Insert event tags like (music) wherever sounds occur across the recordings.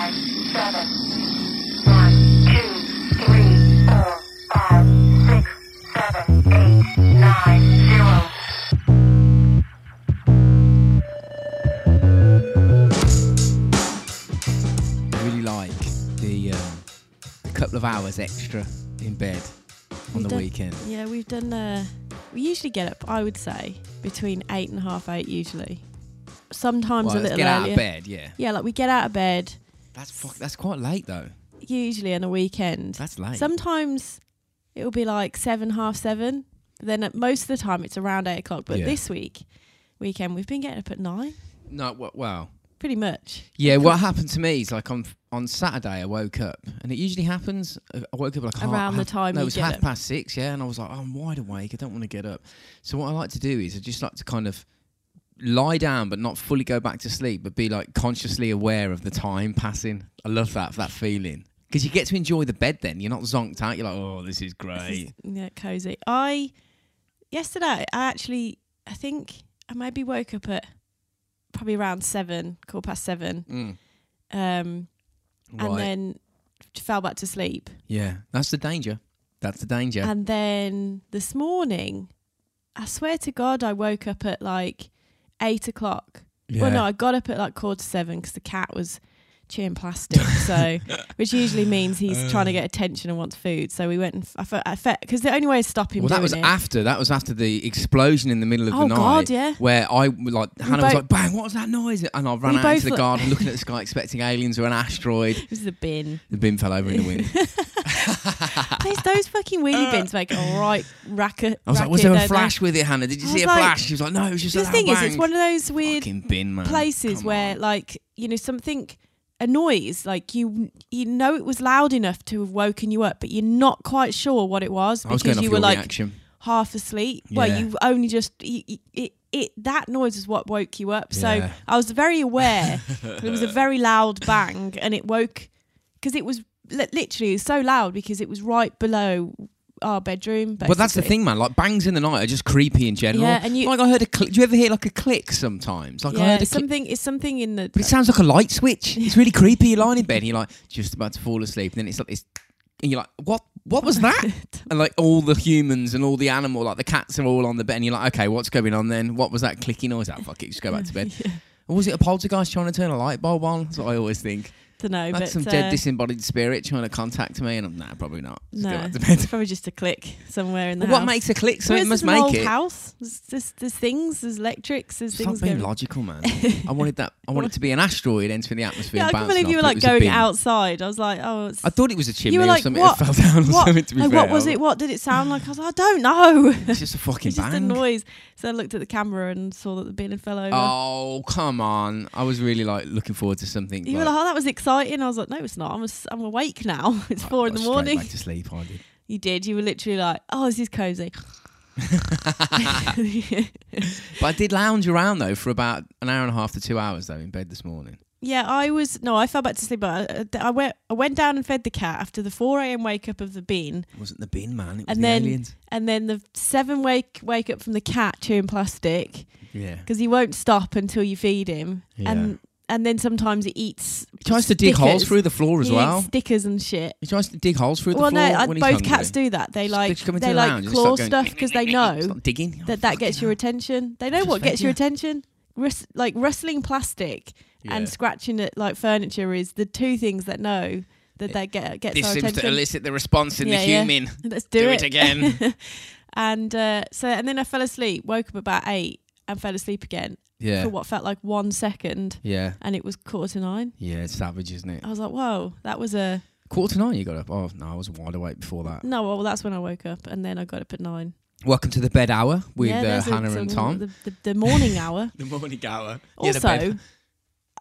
seven. One, two, three, four, five, six, seven, eight, nine, zero. I really like the, um, the couple of hours extra in bed on We've the done- weekend. Yeah, we've done. Uh, we usually get up. I would say between eight and half eight usually. Sometimes Well, a let's little get out earlier. of bed, yeah. Yeah, like we get out of bed That's fuck, that's quite late though. usually on a weekend. That's late. Sometimes it'll be like seven, half seven. But then at most of the time it's around eight o'clock. But Yeah. this week, weekend, we've been getting up at nine, no, wha- well, pretty much. yeah. What happened to me is like on on Saturday I woke up, and it usually happens. uh, I woke up like half- Around the half- time No, you it was get half up. past six, yeah, and I was like, "Oh, I'm wide awake. I don't want to get up. So what I like to do is I just like to kind of lie down, but not fully go back to sleep, but be like consciously aware of the time passing. I love that that feeling because you get to enjoy the bed. Then you're not zonked out. You're like, oh, this is great. This (laughs) is- yeah, cozy. I yesterday I actually I think I maybe woke up at probably around seven, quarter past seven, Mm, um, right. and then fell back to sleep. yeah, that's the danger. That's the danger. And then this morning, I swear to God, I woke up at like eight o'clock. yeah. Well, no, I got up at like quarter to seven because the cat was chewing plastic, (laughs) so which usually means he's trying Uh. to get attention and wants food. So we went and f- I fe- I because the only way to stop him well, that doing was it. after that was after the explosion in the middle of Oh, the night. God, yeah. Where I like Hannah was both- like, "Bang! What was that noise?" And I ran We out both into the were- garden, looking (laughs) at the sky, expecting aliens or an asteroid. it was the bin. The bin fell over in the wind. (laughs) Those, those fucking wheelie bins make a (laughs) right racket. I was like, "Was there a flash with it, Hannah? Did you I see a was like- flash?" She was like, "No, it was just The a thing bang. is, it's one of those weird fucking bin man places Mm, Come where on. like you know something a noise like you you know it was loud enough to have woken you up but you're not quite sure what it was I was because going off you your were like reaction. half asleep well Yeah. you only just you, you- it, it that noise is what woke you up so Yeah. i was very aware it was (laughs) a very loud bang and it woke because it was li- literally it was so loud because it was right below our bedroom But that's the basically. thing, man. Like bangs in the night are just creepy in general. Yeah, and you- like I heard a click. Do you ever hear like a click sometimes? Like I yeah heard a click. something it's something in the But it sounds like a light (laughs) switch. It's really creepy. You're lying in bed, and you're like just about to fall asleep, and then it's like this, and you're like, "What? What was that?" (laughs) and like all the humans and all the animal, like the cats are all on the bed, and you're like, "Okay, what's going on then? What was that clicking noise? That fuck it, just go (laughs) back to (laughs) bed." Or was it a poltergeist trying to turn a light bulb on? That's what I always think. don't know That's but some uh, dead disembodied spirit trying to contact me, and I'm nah, probably not. Just go No, back to (laughs) it's bed. probably just a click somewhere in the But what house. makes a click? Well, Something must this is an make old it. house. There's, there's, there's things. There's electrics. There's Stop things being going. logical, (laughs) man. I wanted that. I wanted it to be an asteroid entering the atmosphere. yeah, I and can bouncing believe you were off, but it was like a going bin. outside. I was like, oh, (laughs) it's, I thought it was a chimney were or like, something what? that fell down or what? something. To be like, fair, what was it? What did it sound like? I was like, I don't know. It's just a fucking (laughs) it's just a bang. noise. So I looked at the camera and saw that the bin had fell over. Oh come on! I was really like looking forward to something. you were like, oh, that was exciting. I was like, no, it's not. I'm, as- I'm awake now. (laughs) It's four in the straight morning. Back to sleep, I did. You did. You were literally like, oh, this is (laughs) cozy. (laughs) But I did lounge around though for about an hour and a half to two hours though in bed this morning. Yeah, I was no, I fell back to sleep. But I, uh, I went, I went down and fed the cat after the four a.m. wake up of the bin, It wasn't the bin man, it was and the then aliens. and then the seven wake wake up from the cat chewing plastic Yeah, because he won't stop until you feed him, Yeah. and and then sometimes he eats. he tries to dig holes stickers. through the floor as he well. Eats stickers and shit. he tries to dig holes through Well, the floor no, I, when both he's hungry. cats do that. They Just- like just come into they the like lounge and just claw start going, stuff because they know (laughs) Stop digging. that that gets your attention. They know Just what gets your vent, attention. Rus- like rustling plastic and scratching at like furniture is the two things that know that they get gets This our seems to attention. elicit the response in Yeah, the yeah. human. (laughs) Let's do, Do, it. again. (laughs) and uh, so and then I fell asleep. Woke up about eight and fell asleep again yeah, for what felt like one second, yeah, and it was quarter to nine. yeah. It's savage, isn't it? I was like, whoa, that was a Quarter to nine, you got up. Oh no, I was wide awake before that. no. Well, that's when I woke up, and then I got up at nine Welcome to the bed hour with Yeah, uh, there's a- Hannah some- and Tom. The, the, (laughs) the morning hour. The morning hour. also,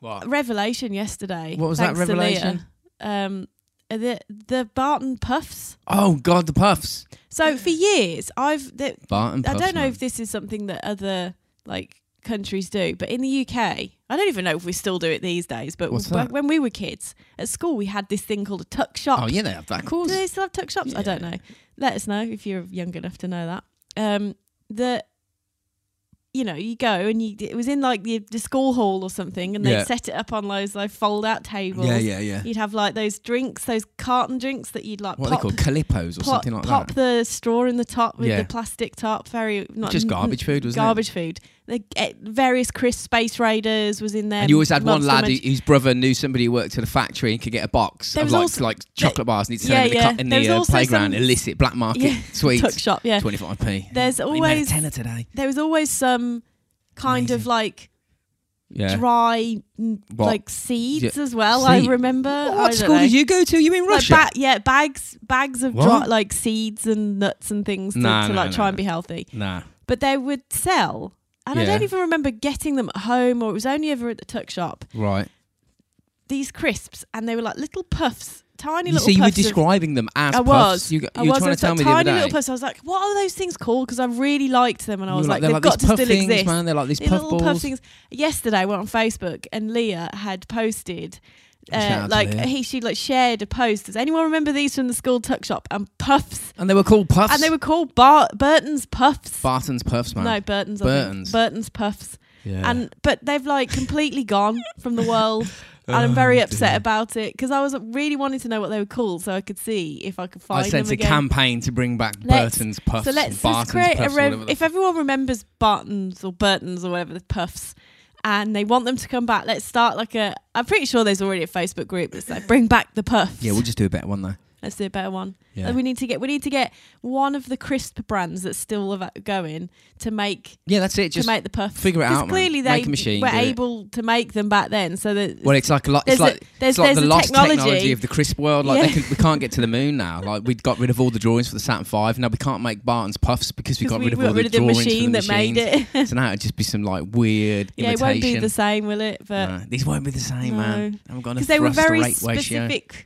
what? revelation yesterday. What was that thanks to Leah. revelation? Um, the the Barton puffs. Oh God, the puffs. So for years, I've the, Barton. I Puffs, don't know man. if this is something that other like countries do, but in the UK, I don't even know if we still do it these days. But What's w- that? when we were kids at school, we had this thing called a tuck shop. Oh yeah, they have that. Of Do course. they still have tuck shops? I don't know. Let us know if you're young enough to know that. Um, the you know, you go and you it was in like the, the school hall or something, and they Yeah. would set it up on those like fold out tables. Yeah, yeah, yeah. You'd have like those drinks, those carton drinks that you'd like What uh, pop, are they called? Calippos or pop, something like pop that. the straw in the top with Yeah. the plastic top. Very not Just garbage food, wasn't it? garbage food. The eh, various crisp Space Raiders was in there. and you always had one Monster lad who, Munch- whose brother knew somebody who worked at a factory and could get a box There of was like, also- like chocolate bars and he'd sell Yeah, them in the, yeah. co- in There was the uh, also playground, some- illicit black market (laughs) Yeah, tuck (laughs) sweets. shop. Yeah, 25p. There's Oh, you made a always- tenner today. there was always some kind of Amazing. like Yeah. dry n- What? like seeds Yeah. as well. Seed- I remember. What, I don't school know. did you go to? You in Like Russia? ba- yeah, bags bags of What? dry, like seeds and nuts and things to, Nah, to nah, like nah, try and nah. be healthy. nah. But they would sell, and I don't Yeah. even remember getting them at home, or it was only ever at the tuck shop. Right. These crisps, and they were like little puffs, tiny You little. see, you were puffs of- describing them as I puffs. was. You, you I were was. trying I to tell me the tiny other day. little puffs. I was like, what are those things called? Because I really liked them, and I You was were like, they're they've like got to these puff still things, exist. man. They're like these These puff little puff balls. things. Yesterday, I went on Facebook, and Leah had posted. Oh, Shout out Uh, to like Leah. he, she like shared a post. Does anyone remember these from the school tuck shop? And puffs, And they were called puffs. and they were called Bar- Burton's puffs. Barton's puffs, man. no, Burton's. I think. Burton's. Burton's puffs. yeah. And but they've like completely gone from the world, and I'm very Oh, upset dear. about it because I was really wanting to know what they were called so I could see if I could find I sense a them again. campaign to bring back Let's- Burton's puffs. so and let's just Barton's create a puffs, rev- whatever the if everyone remembers Bartons or Burtons or whatever the puffs, and they want them to come back. Let's start like a. I'm pretty sure there's already a Facebook group that's like bring back the puffs. Yeah, we'll just do a better one though. let's do a better one. Yeah, And we need to get we need to get one of the crisp brands that's still av- going to make yeah, that's it. to Just make the puffs. figure it 'Cause out, man. Clearly, Make they a machine, were do it. able to make them back then, so that well, it's like a lot. It's there's like a- there's- it's like there's the a lost technology. technology. of the crisp world. Like they Yeah. can, we can't get to the moon now. Like we got rid of all the drawings for the Saturn Five. Now we can't make Barton's puffs because we 'cause got rid of all the drawings machine from the that made machines. (laughs) it. So now it'd just be some like weird (laughs) yeah, it imitation. won't be the same, will it? But No, these won't be the same, man. I'm gonna because they were thrust very rate ratio. specific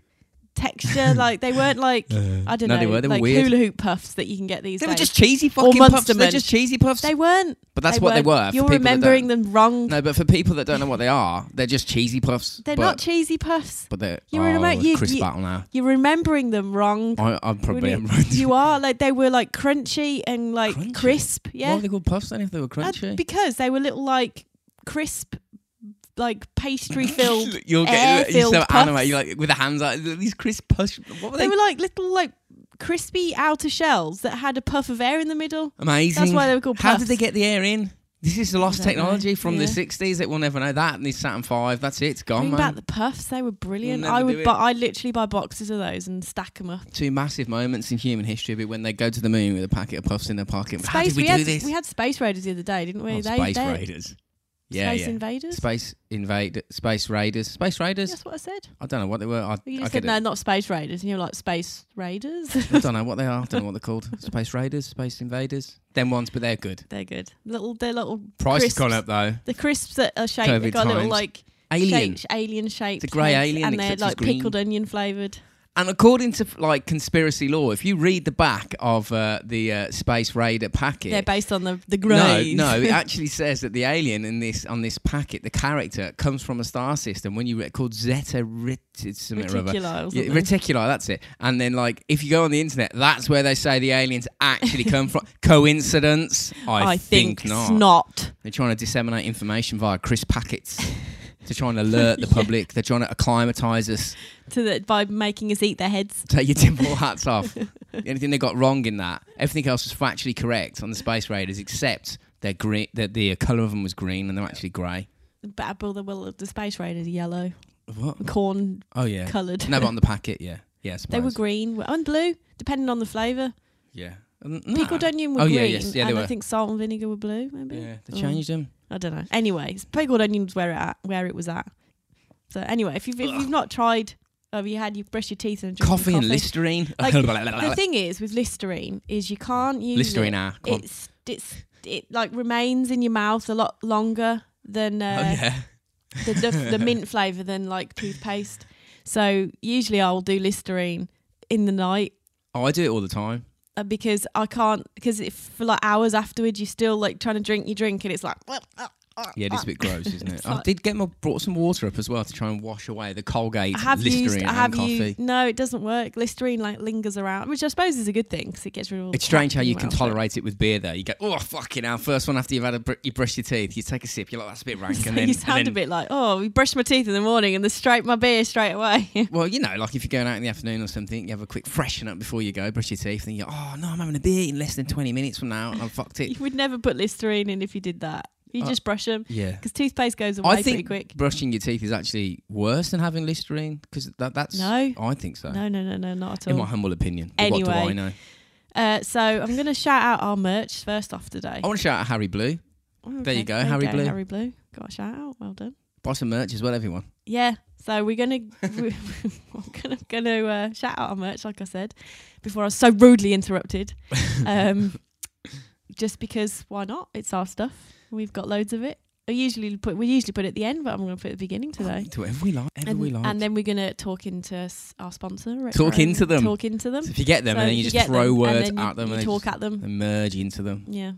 (laughs) texture. like they weren't like I don't No, know, they were- they were like weird. hula hoop puffs that you can get these They were days. just cheesy Or fucking puffs. Munster They're Munch. just cheesy puffs. they weren't. but that's what they were. for You're people that don't- remembering them wrong. No, but for people that don't know what they are, they're just cheesy puffs. They're but, not cheesy puffs. But they're You're in oh, about- you- crisp you- battle now. You're remembering them wrong. I, I'm probably Wouldn't am it- right. (laughs) you are like they were like crunchy and like Crunchy? crisp. Why Yeah, are they called puffs then if they were Uh, crunchy? because they were little like crisp, like (laughs) pastry filled. You're getting you're air-filled so puffs. animated. You're like with the hands out. These crisp puffs. What were they? they were like little like crispy outer shells that had a puff of air in the middle. Amazing. That's why they were called How did puffs. they get the air in? This is the lost I don't know. technology from the Yeah. 60s that we'll never know. That and the Saturn 5. That's it. It's gone, Bring Oh, man. back the puffs. They were brilliant. never I do would, it. but I literally buy boxes of those and stack them up. Two massive moments in human history but when they go to the moon with a packet of puffs in their pocket. How did we, do had, this? We had space raiders the other day, didn't we? Oh, They- space they- Raiders. Yeah, space yeah. invaders. Space invade. Space Raiders. Space Raiders. That's what I said. I don't know what they were. I, You I get just said it. no, not space raiders, and you're like space raiders. (laughs) I don't know what they are. I don't know what they're called. Space Raiders, Space Invaders. Them ones, but they're good. they're good. Little, they're little. Price crisps. has gone up though. The crisps that are shaped. They've COVID got little times. like Alien. shaped, alien shaped. It's a grey heads, alien, and they're except it's like green. pickled onion flavored. And according to like conspiracy law, if you read the back of uh, the uh, Space Raider packet, They're based on the the no, grays. no, (laughs) it actually says that the alien in this on this packet, the character comes from a star system when you re- called Zeta Reticuli. or other. Reticuli or Yeah, something. Reticuli, that's it. And then like if you go on the internet, that's where they say the aliens actually come (laughs) from. Coincidence? I, I think, not. snot. They're trying to disseminate information via crisp packets to try and alert (laughs) the public. They're trying to acclimatise us. to the by making us eat their heads. Take (laughs) your tinfoil hats off. the only thing they got wrong in that, everything else was factually correct on the Space Raiders, except their green, that the uh, colour of them was green and they're actually grey. But I brother will the space raiders are yellow, What? corn Oh yeah. coloured. No, but on the packet, yeah, yeah. I they were suppose. green oh, and blue, depending on the flavour. Yeah. Mm, no. Pickled onion were Oh, green, yeah, yes. Yeah, they and I were. think salt and vinegar were blue. Maybe Yeah, they Oh, changed them. I don't know. Anyway, pickled onion was where it at, where it was at. So anyway, if you've if you've not tried, have you had you brush your teeth and drink Coffee, coffee and Listerine. (laughs) Like, The thing is with Listerine is you can't use Listerine, It. ah, come on. It's it's it like remains in your mouth a lot longer than uh, Oh yeah. the, the, (laughs) the mint flavour than like toothpaste. So usually I'll do Listerine in the night Oh, I do it all the time. uh, because I can't because if for like hours afterwards you're still like trying to drink your drink and it's like Yeah, it is a bit gross, isn't it? It's I like- did get my brought some water up as well to try and wash away the Colgate I have Listerine used, I and have coffee. used. No, it doesn't work. Listerine like lingers around, which I suppose is a good thing because it gets rid of all. the It's strange crap how you anywhere can else, (laughs) but- tolerate it with beer. Though you go, oh fucking hell! First one after you've had a br- you brush your teeth, you take a sip, you're like, that's a bit rank, (laughs) So and then you and sound a then- bit like, oh, we brushed my teeth in the morning and they straight my beer straight away. (laughs) Well, you know, like if you're going out in the afternoon or something, you have a quick freshen up before you go, brush your teeth, and you go, oh no, I'm having a beer in less than 20 minutes from now, and I've fucked (laughs) you it. would never put Listerine in if you did that. You Uh, just brush them Yeah. because toothpaste goes away I pretty think quick. brushing your teeth is actually worse than having Listerine because that, that's. No. I think so. No, no, no, no, not at In my all. humble opinion. But What do Anyway. I know? Uh, so I'm going to shout out our merch first off today. I want to shout out Harry Blue. Oh, there you go, Harry Blue. Harry Blue. Got a shout out. Well done. Buy some merch as well, everyone. Yeah. So (laughs) we're gonna (laughs) we're gonna gonna uh, shout out our merch, like I said, before I was so (laughs) rudely interrupted. Um, just because why not? It's our stuff. We've got loads of it. I usually put we ually put it at the end, but I'm gonna put it at the beginning today. Do whatever we like. Whatever And, Oh, we like. and then we're gonna talk into s- our sponsor. Retro. Talk into them. Talk into them. So if you get them, So and then if you just get throw them, and words then you- at them you and they talk just at them. they merge into them. Yeah.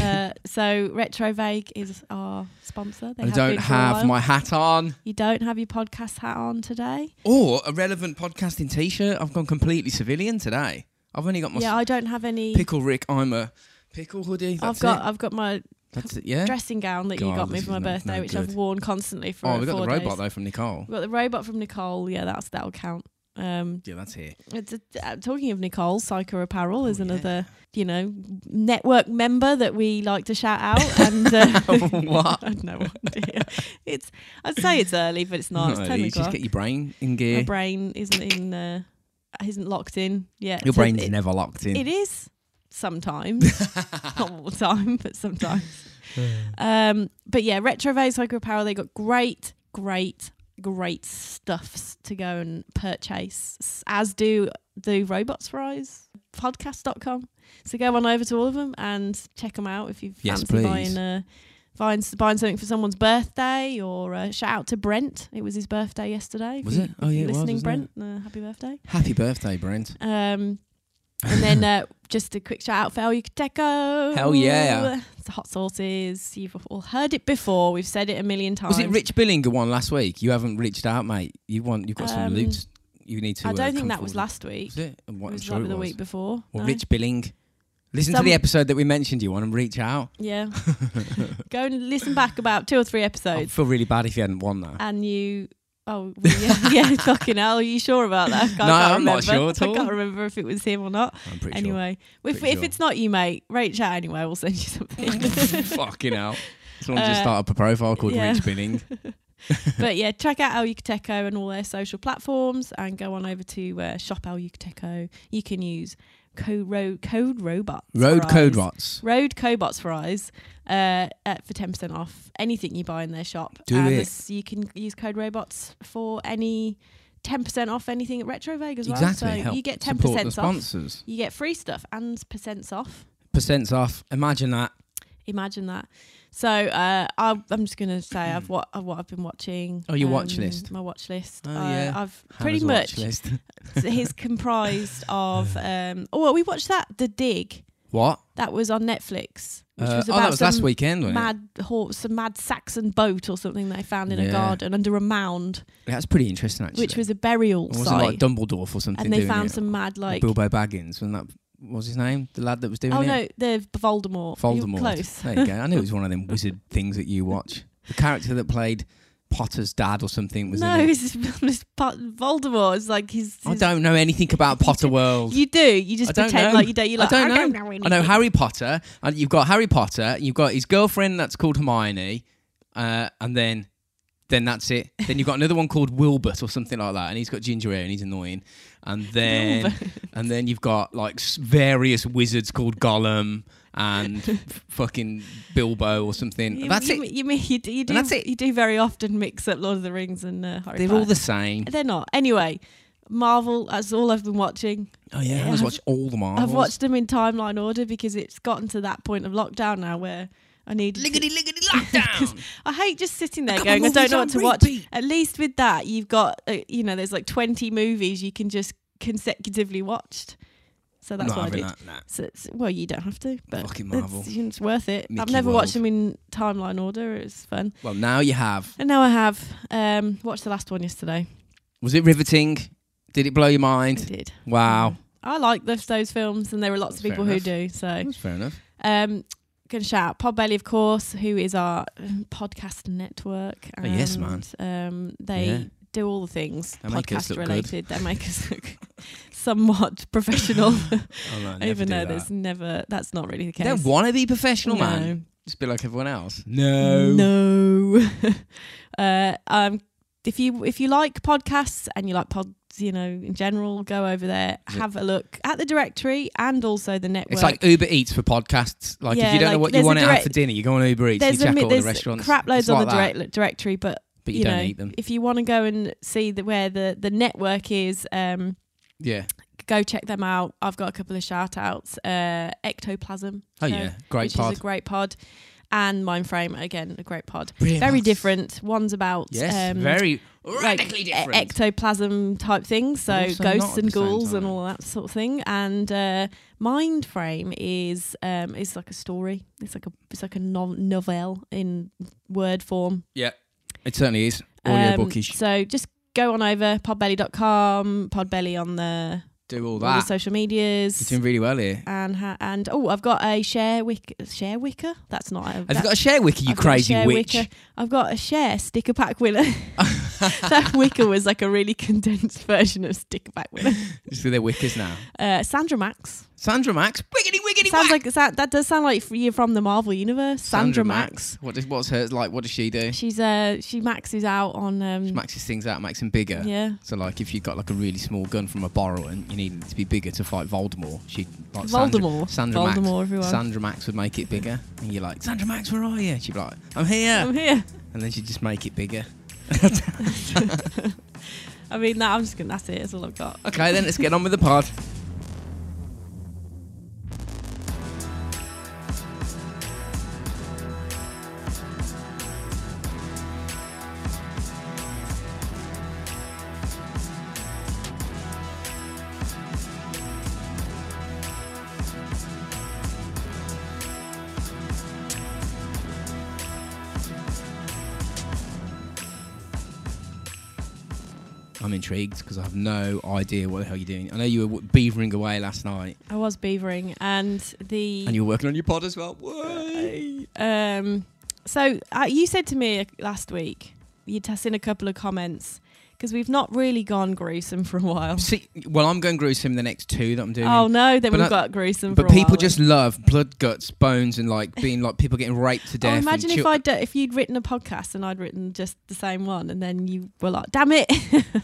uh, so Retrovague is our sponsor. They I have don't been for a have while. my hat on. You don't have your podcast hat on today. Or a relevant podcasting t shirt. I've gone completely civilian today. I've only got my yeah, I don't have any. Pickle Rick, I'm a pickle hoodie. That's I've got it. I've got my That's it, yeah. dressing gown that you God, got me this for my is no- birthday, no which good. I've worn constantly for Oh, we got four the robot days. though from Nicole. We've got the robot from Nicole. Yeah, that's that'll count. Um, Yeah, that's here. it's a, uh, talking of Nicole, Psycho Apparel is Oh, yeah. another you know network member that we like to shout out. And uh, (laughs) (laughs) What? I've no idea. It's I'd say it's early, but it's not. No, it's ten you just o'clock. get your brain in My gear. brain isn't in. Uh, isn't locked in yet. your So brain's it- never locked in. It is sometimes, (laughs) not all the time, but sometimes. um, but yeah, Retrovase Psycho Apparel, they got great, great, great stuffs to go and purchase, s- as do the Robots for Eyes podcast.com. So go on over to all of them and check them out if you Yes, fancy please. buying uh, Buying, s- buying something for someone's birthday, or uh, shout out to Brent. It was his birthday yesterday. If Was you- it? if Oh, yeah, you're it was, listening, wasn't Brent. Uh, happy birthday. Happy birthday, Brent. Um, and then uh, (laughs) just a quick shout out for El Yucateco. Hell yeah. It's hot sauces. You've all heard it before. We've said it a million times. Was it Rich Billinger one last week? You haven't reached out, mate. You want you've got some Um, loot. You need to. I uh, don't come think that was forward. last week. Was it? I'm It what- I'm was sure like it the was. week before. Well, No. Rich Billing. Listen Some- to the episode that we mentioned you on and reach out. (laughs) Yeah. Go and listen back about two or three I episodes, feel really bad if you hadn't won that. and you. Oh well, (laughs) yeah, yeah, fucking hell! Are you sure about that? I can't- No, I can't I'm not remember. sure at I all. can't remember if it was him or not. I'm pretty anyway, if, Pretty if sure. it's not you, mate, reach out anyway. We'll send you sure. (laughs) (laughs) something. Fucking hell. Someone Uh, just started up a profile called yeah. Rich (laughs) Billing. (laughs) but yeah, check out El Yucateco and all their social platforms and go on over to uh, Shop El Yucateco. You can use co- ro- Code Robots. Road for Code eyes. Rots. Road Cobots for Eyes uh, at, for 10% off anything you buy in their shop. Do and it. this- You can use Code Robots for any 10% off anything at Retrovag as well. Exactly. So help you get support the 10% off. sponsors. You get free stuff and percents off. Percents off. Imagine that. Imagine that. So uh, I, I'm just gonna say I've what I've, what I've been watching. Um, Oh, your watch list. My watch list. Oh, I- yeah. I've pretty Hannah's watch much (laughs) List. is (laughs) comprised of. Um, oh, well, we watched that The Dig What? that was on Netflix, which Uh, was oh, about that was some last weekend, wasn't mad horse, some mad Saxon boat or something they found in a Yeah. garden under a mound, it? That's pretty interesting, actually. which was a burial Or was it site, like Dumbledore or something? and they doing found it? some mad Or like. Bilbo Baggins, wasn't that what was his name? The lad that was doing Oh it? no, the Voldemort. You were Voldemort. Close. There you go. I knew it was one of them (laughs) wizard things that you watch. The character that played Potter's dad or something was No, in it. Oh, it's, (laughs) it's Pot- Voldemort. It's like his. I his don't know anything about Potter World. You do. You just I don't pretend know. like you don't. You I like. don't know. anything. I know Harry Potter, and you've got Harry Potter, you've got his girlfriend that's called Hermione, uh, and then then that's it. Then you've got another one called Wilbert or something like that, and he's got ginger hair and he's annoying. (laughs) And then and then you've got like s- various wizards called Gollum (laughs) and f- fucking Bilbo or something. You, that's you, it. You, mean you do? You do, that's it. you do very often mix up Lord of the Rings and uh, Harry They're Potter. all the same. They're not. Anyway, Marvel. That's all I've been watching. Oh yeah, Yeah, I just I've- watched all the Marvels. I've watched them in timeline order because it's gotten to that point of lockdown now where I need. Liggity liggity lockdown. I hate just sitting there I've got going, I my don't know what movies to on watch. repeat. At least with that, you've got, uh, you know, there's like 20 movies you can just consecutively watch. So (laughs) that's Not what I having did. That, nah. So it's, well, you don't have to, but Fucking it's, Marvel. it's worth it. I've Mickey never watched World. them in timeline order. It was fun. Well, now you have. And now I have um, watched the last one yesterday. Was it riveting? Did it blow your I mind? did. Wow. (laughs) I like those, those films, and there are lots That's of people fair who do. So That's fair enough. Um, can shout out Pod Bailey, of course, who is our um, podcast network. Oh, yes, man. man. Um, they Yeah. do all the things They make us podcast look good. related. They make us look somewhat professional, Oh, no, (laughs) I never even do though that. there's never that's not really the You case. don't want to be professional, man. No. Just be like everyone else. No. (laughs) uh, um, if you if you like podcasts and you like pods, you know, in general, go over there, Yeah. have a look at the directory and also the network. It's like Uber Eats for podcasts. Like if Yeah, you don't know like, what you there's a want to have direct- for dinner, you go on Uber Eats, you there's a check mi- all the there's restaurants. crap loads It's on like the that, direct- directory, but but you, you don't know, eat them. if you want to go and see the, where the, the network is, um, Yeah. go check them out. I've got a couple of shout outs. Uh, Ectoplasm. Oh so- yeah, great which pod. is a great pod. And Mindframe, again, a great pod. Brilliant Very pods. different. One's about Yes, um, very like, radically e- different. ectoplasm type things, so Also not at ghosts the and same ghouls and time. all that sort of thing. And uh, Mindframe is um, is like a story. It's like a it's like a no- novel in word form. yeah, it certainly is. Um, Audio bookish. So just go on over podbelly.com, podbelly on the, Do all all the that. social You're medias. doing really well here. And ha- and oh, I've got a share wick share wicker. That's not. A, Have you got a share wiki, you crazy witch? I've got a share sticker (laughs) pack winner. (laughs) that wicker was like a really condensed version of sticker pack winner. So they're wickers now. Uh, Sandra Max Sandra Max, wiggity wiggity sounds whack. like that. That does sound like you're from the Marvel universe. Sandra, Max. What does what's her like? What does she do? She's uh she maxes out on um She maxes things out, makes them bigger. yeah. So like, if you got like a really small gun from a borrower and you needed it to be bigger to fight Voldemort, she like Sandra, Voldemort. Sandra Max. Voldemort, everyone. Sandra Max would make it bigger, and you're like, Sandra Max, where are you? She'd be like, I'm here, I'm here. and then she'd just make it bigger. I mean, that I'm just gonna. That's it. That's all I've got. Okay, then let's get on with the pod. I'm intrigued because I have no idea what the hell you're doing. I know you were w- beavering away last night, I was beavering, and the and you were working on your pod as well. Whey! um. So uh, you said to me last week you'd toss in a couple of comments because we've not really gone gruesome for a while. See, well, I'm going gruesome the next two that I'm doing. Oh no, then But we've I- got gruesome. for but a people while just then. love blood, guts, bones, and like being like people getting raped to death. Oh, and imagine if chil- I'd do- if you'd written a podcast and I'd written just the same one, and then you were like, "Damn it!"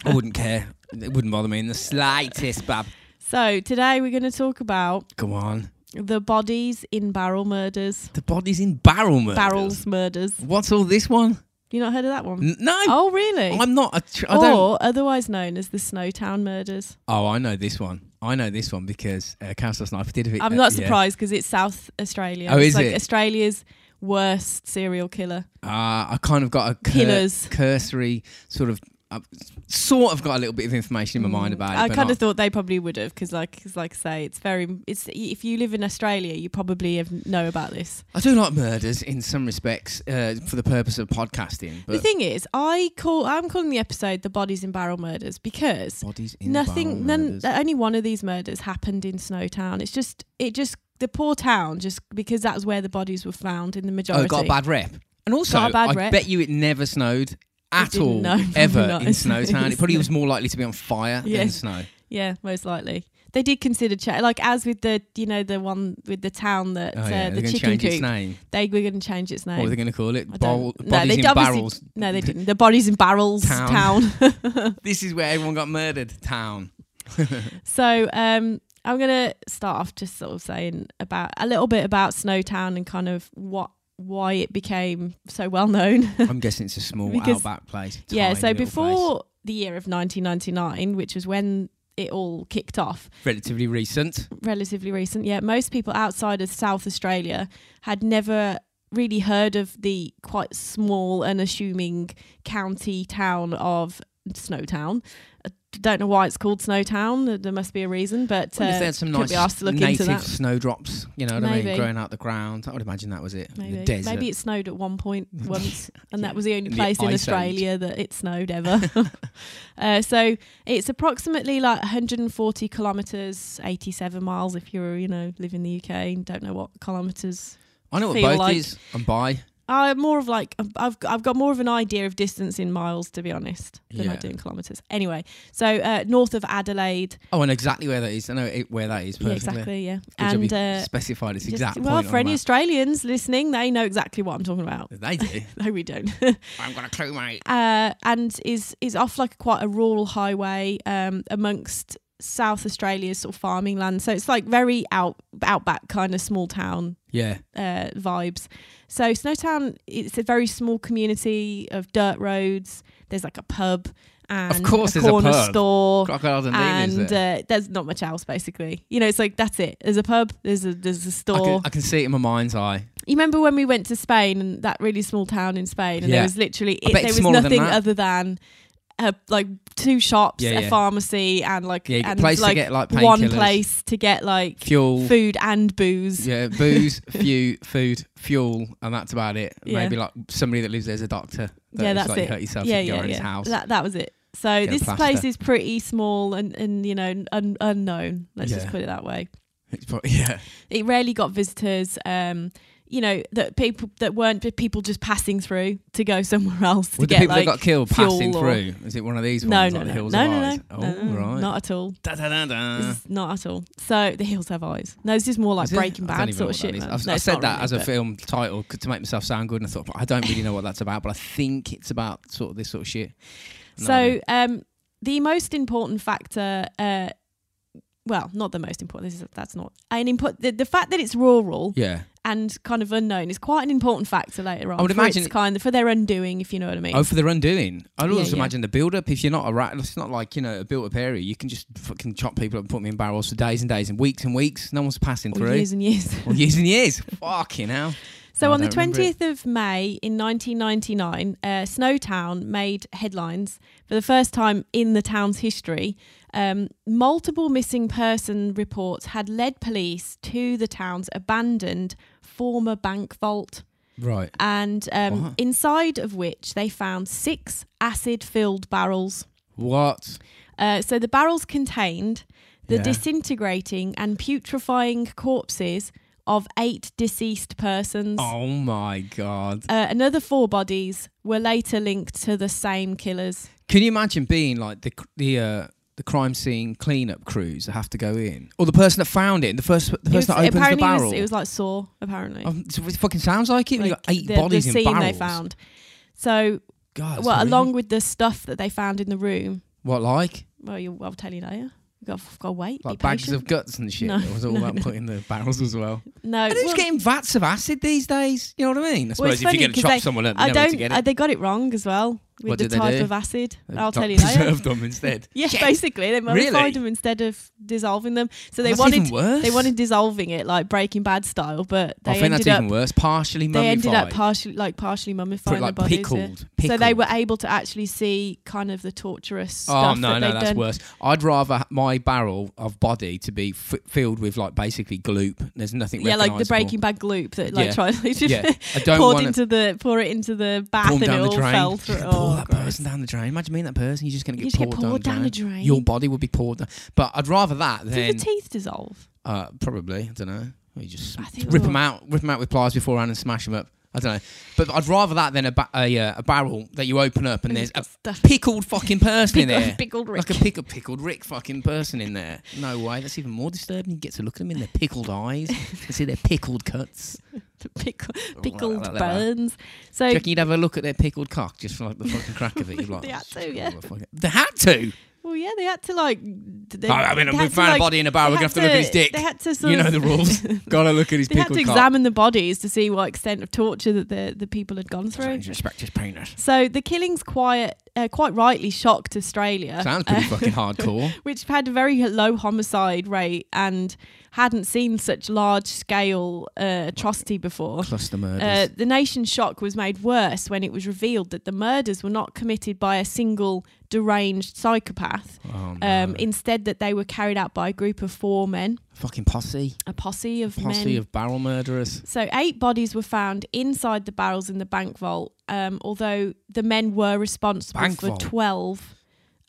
I wouldn't care. It wouldn't bother me in the slightest, bab. so today we're going to talk about Come on. the bodies in barrel murders, The body's in barrel murders. barrels murders. What's all this one? You not heard of that one? N- No, Oh really? I'm not. A tr- I don't. or otherwise known as the Snowtown murders. Oh, I know this one. I know this one because uh, Council Sniper did it. I'm uh, not yeah. surprised because it's South Australia. Oh, it's is like it? Australia's worst serial killer. Uh, I kind of got a cur- Killers. cursory sort of, I've sort of got a little bit of information in my mind about it. Mm. I but kind not- of thought they probably would have because, like, 'cause like I say, it's very. It's if you live in Australia, you probably have, know about this. I do like murders in some respects uh, for the purpose of podcasting, The but thing is, I call I'm calling the episode "The Bodies in Barrel Murders" because bodies in barrel nothing, none, uh, murders. only one of these murders happened in Snowtown. It's just, it just the poor town, just because that's where the bodies were found in the oh, majority. it got a bad rep. And also, Got a bad I rep. bet you it never snowed at didn't, all (laughs) no, probably ever not. in Snowtown. It probably was more likely to be on fire than Yes. snow. yeah, most likely. They did consider cha- like as with the you know the one with the town that Oh uh, yeah, the they're going to chicken change its coop. name. They were going to change its name. What were they going to call it? I don't- Bol- no, bodies they in obviously- barrels. No, they didn't. The bodies in (laughs) barrels Town. town. (laughs) (laughs) This is where everyone got murdered. Town. so um, I'm going to start off just sort of saying about a little bit about Snowtown and kind of what why it became so well known. I'm guessing it's a small Because- outback place. yeah. tiny So little before the year of 1999, which was when it all kicked off, place. relatively recent. relatively recent. Yeah, most people outside of South Australia had never really heard of the quite small, unassuming county town of Snowtown. Uh, don't know why it's called Snowtown. There- There must be a reason, but Well, uh, if they had some could nice be asked to look into native that. snowdrops, you know what I mean, Maybe. growing out the ground. I would imagine that was it. in The Maybe. desert. Maybe it snowed at (laughs) one point once, and Yeah. that was the only In the place in Ice Age. Australia that it snowed ever. (laughs) uh, so it's approximately like 140 kilometres, 87 miles if you're, you know, live in the UK and don't know what kilometres. I know what feel both like- is. I'm bi. I'm more of like, I've- I've, I've got more of an idea of distance in miles, to be honest, than I Yeah. do in kilometres. Anyway, so uh, north of Adelaide. Oh, and exactly where that is. I know it, where that is Yeah, perfectly. exactly, yeah. Good job And you uh, specified its just- exact well, point. for on any the Australians listening, they know exactly what I'm talking about. map. They (laughs) do. No, we don't. I'm gonna clue, mate. uh, and is is off like quite a rural highway um, amongst South Australia's sort of farming land. So it's like very out outback kind of small town Yeah. uh, vibes. So Snowtown, it's a very small community of dirt roads. There's like a pub and course a there's a corner pub. store. Crocodiles and, Lean And is there. uh, there's not much else basically, you know. It's like that's it. There's a pub. There's a there's a I, store. can, I can see it in my mind's eye. You remember when we went to Spain and that really small town in Spain, and Yeah. there was literally it, bet there it's was smaller than nothing that. other than uh, like two shops, Yeah, yeah. a pharmacy, and like Yeah, you get and place to like, get, like, one painkillers. place to get like Fuel. food and booze. Yeah, (laughs) booze, few, food, fuel, and that's about it. Yeah. Maybe like somebody that lives there's a doctor. that Yeah, if, that's like, You it. hurt yourself, you yeah, can go yeah, around his yeah. house. That that was it. So a this plaster. place is pretty small and and you know un- unknown. Let's Yeah. just put it that way. It's probably, (laughs) yeah. It rarely got visitors. Um, you know that people that weren't people just passing through to go (laughs) somewhere else to Were the get people like that got killed fuel passing or- through? Is it one of these No, ones? no, like the no, no, hills no, of no, eyes? no, oh, no, right. not at all. Da, da, da, da. This is not at all. So the hills have eyes. No, this is more like Is it? Breaking I don't even Bad know sort of what that shit. is. man. I've, No, I it's said not that really, as a but- film title c- to make myself sound good, and I thought, but I don't really know what that's about, but I think it's about sort of this sort of shit. No So idea. um, the most important factor, uh, well, not the most important. This is that's not an input. The, the fact that it's rural yeah, and kind of unknown is quite an important factor later on. would for imagine its it- kind of for their undoing, if you know what I mean. oh, for the undoing, I'd Yeah, always yeah. imagine the build up. If you're not a rat, it's not like you know a built up area. You can just fucking chop people up and put them in barrels for days and days and weeks and weeks. No one's passing Or through. years and years. Or years and (laughs) years. Fucking hell. So I on the don't remember it. 20th of May in 1999, uh, Snowtown made headlines for the first time in the town's history. Um, multiple missing person reports had led police to the town's abandoned former bank vault, Right. and um, What? inside of which they found six acid-filled barrels. What? Uh, so the barrels contained the Yeah. disintegrating and putrefying corpses of eight deceased persons. Oh my god. Uh, another four bodies were later linked to the same killers. Can you imagine being like the c- the uh, the crime scene cleanup crews that have to go in, or the person that found it, and the first the person It was- that opens the apparently, barrel? It was, it was like Saw, apparently. Um, it's- it fucking sounds like it. when you Like got eight the, bodies the in scene barrels. they found. So, God, it's well, horrific. along with the stuff that they found in the room, what like well, you, I'll tell you later. You've got, got to wait. like be bags patient. of guts and shit. No, it was all no, about no. putting the barrels as well. no. And who's well, getting vats of acid these days? You know what I mean? I well, it's funny 'cause they- I don't. get uh, they got it wrong as well with What the did they type do? of acid. They I'll tell like you later. Preserve them instead. (laughs) Yeah, basically, they modified Really? them instead of dissolving them. So they That's wanted even worse. they wanted dissolving it like Breaking Bad style, but they I think ended that's up even worse. Partially they ended up mummified. partially like partially mummifying Put it, like the bodies. yeah. pickled, So they pickled. were able to actually see kind of the torturous Oh stuff no, that no, they'd that's done. worse. I'd rather ha- my barrel of body to be f- filled with like basically gloop. There's nothing. Yeah, like the recognisable. Breaking (laughs) Bad gloop that like Yeah. tried they (laughs) just Yeah, I don't poured want into the pour it into the bath pull and them it down the all drain. fell through. Pour Oh, that gross. person down the drain. Imagine being that person. You're just going to You get just get poured, poured down the drain. Your body would be poured down. But I'd rather that Did than the teeth dissolve? uh, probably. I don't know. You just I think rip we'll- them out, rip them out with pliers beforehand and smash them up. I don't know. But I'd rather that than a, ba- a, uh, a barrel that you open up and there's a stuff (laughs) pickled fucking person in there. pickled Like a pickled, pickled Rick fucking person in there. No way. That's even more disturbing. You get to look at them in their pickled eyes and see their pickled cuts. pickle, Oh, (laughs) (laughs) pickled like that. burns. So Do you reckon you'd have a look at their pickled cock just for like the fucking crack of it? (laughs) You'd be like, They had to, "Screw yeah." the fucking-" They had to. well, yeah, they had to like. They, Oh, I mean, they we had found to, a like- body in a barrel. We're they gonna have had to look at his dick. They had to sort You know of- (laughs) the rules. Gotta look at his They had pickled to cock. examine the bodies to see what extent of torture that the, the people had gone through. Strange respect his penis. So the killings quite uh, quite rightly shocked Australia, Sounds pretty uh, fucking hardcore. (laughs) which had a very low homicide rate and hadn't seen such large scale uh, atrocity before. Cluster murders. Uh, the nation's shock was made worse when it was revealed that the murders were not committed by a single deranged psychopath. Oh, no. Um, instead, that they were carried out by a group of four men, Fucking posse. a posse of Posse men. of barrel murderers. so eight bodies were found inside the barrels in the bank vault. Um, although the men were responsible Bank for vault. twelve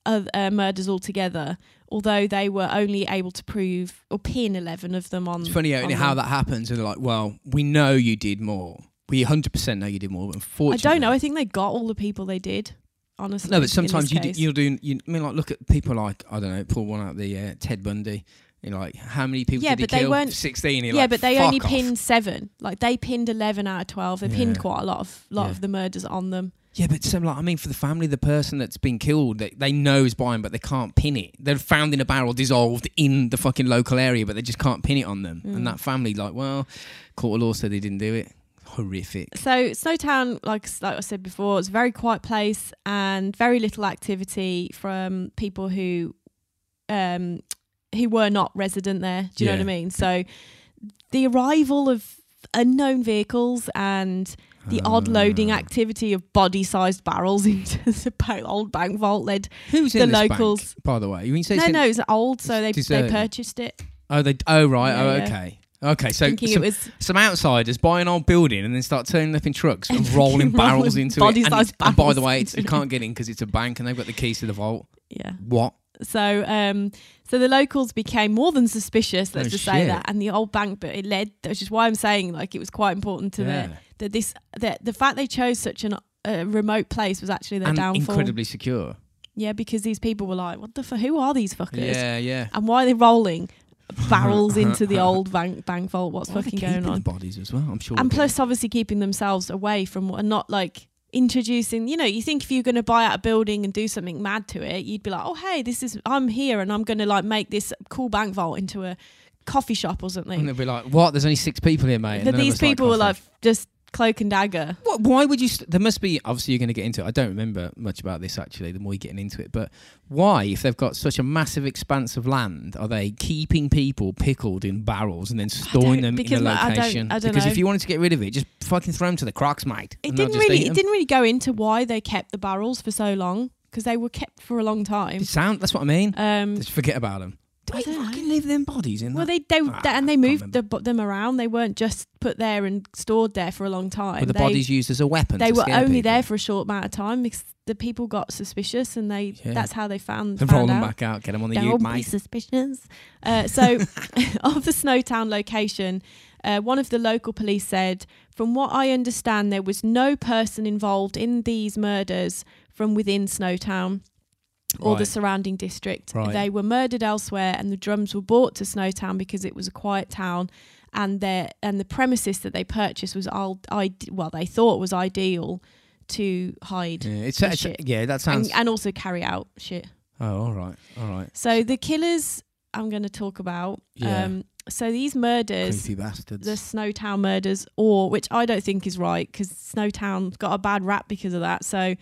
of, uh, murders altogether, although they were only able to prove or pin eleven of them on. It's funny isn't it, on how them. that happens. And they're like, well, we know you did more. We 100% know you did more. But I unfortunately, don't know. I think they got all the people they did. Honestly, No, but in this sometimes you do, case. you're doing. You, I mean, like, look at people like I don't know. Pull one out the uh, Ted Bundy. You know, like how many people Yeah, did he but they kill? weren't- Sixteen. You're yeah, like, but they "Fuck only off." pinned seven. Like they pinned eleven out of twelve. They pinned Yeah. quite a lot of lot Yeah. of the murders on them. Yeah, but some like I mean, for the family, the person that's been killed, they, they know is by him, but they can't pin it. They're found in a barrel, dissolved in the fucking local area, but they just can't pin it on them. Mm. And that family, like, well, court of law said they didn't do it. Horrific. So Snowtown, like like I said before, it's a very quiet place and very little activity from people who, um, who were not resident there. Do you know Yeah. what I mean? So the arrival of unknown vehicles and the odd loading Uh, activity of body-sized barrels (laughs) into the ba- old bank vault led. Who's the in this bank, locals- by the way? When you say No, it's in- no, it's old, so they, It's they deserted. purchased it, Oh, they. Oh, right. Yeah, oh, yeah. okay. Okay. So thinking some- it was some outsiders buy an old building and then start turning up in trucks (laughs) and And rolling rolling barrels into it. And, body-sized it's- and by the barrels way, it's, you into it. can't get in because it's a bank and they've got the keys to the vault. yeah. What? So, um, so the locals became more than suspicious. Let's Oh, just shit. say that, and the old bank, but it led, which is why I'm saying like it was quite important to Yeah. the that this that the fact they chose such an uh, remote place was actually their And downfall. incredibly secure. Yeah, because these people were like, "What the fu- Who are these fuckers? Yeah, yeah. And why are (laughs) they rolling barrels into the old bank bank vault? What's Why are they fucking keeping going on?" The bodies as well. I'm sure. and they- plus obviously keeping themselves away from what and not like introducing you know you think if you're going to buy out a building and do something mad to it you'd be like oh hey this is i'm here and i'm going to like make this cool bank vault into a coffee shop or and something they'll be like, "What? There's only six people here, mate." And but none of these us like "Oh, people were coffee. like just cloak and dagger What, why would you? St- there must be. Obviously, you're going to get into it. I don't remember much about this actually. The more you're getting into it, but why, if they've got such a massive expanse of land, are they keeping people pickled in barrels and then storing them in a because I don't- location? I don't because know. if you wanted to get rid of it, just fucking throw them to the crocs, mate. it and they'll didn't just really eat it 'em. didn't really go into why they kept the barrels for so long because they were kept for a long time It sound. That's what I mean. um just forget about them. Do I we don't know. fucking leave them bodies in? well that? they they Ah, and they can't moved remember. the, them around they weren't just put there and stored there for a long time Were the They- bodies used as a weapon? they to were scare only people? there for a short amount of time because the people got suspicious and they Yeah. that's how they (laughs) found, And found roll them out. back out. Get them on the Don't ute, be mate. suspicious. Uh, so, (laughs) of the Snowtown location, uh, one of the local police said, "From what I understand, there was no person involved in these murders from within Snowtown." Or the Right. surrounding district. Right. They were murdered elsewhere, and the drums were brought to Snowtown because it was a quiet town, and their and the premises that they purchased was all ide- well they thought was ideal to hide Yeah, it's, the it's, shit. yeah, that sounds. and, and also carry out shit. oh, all right, all right. So the killers I'm going to talk about. Yeah. Um, so these murders, Creepy bastards. the Snowtown murders, or which I don't think is right because Snowtown got a bad rap because of that. So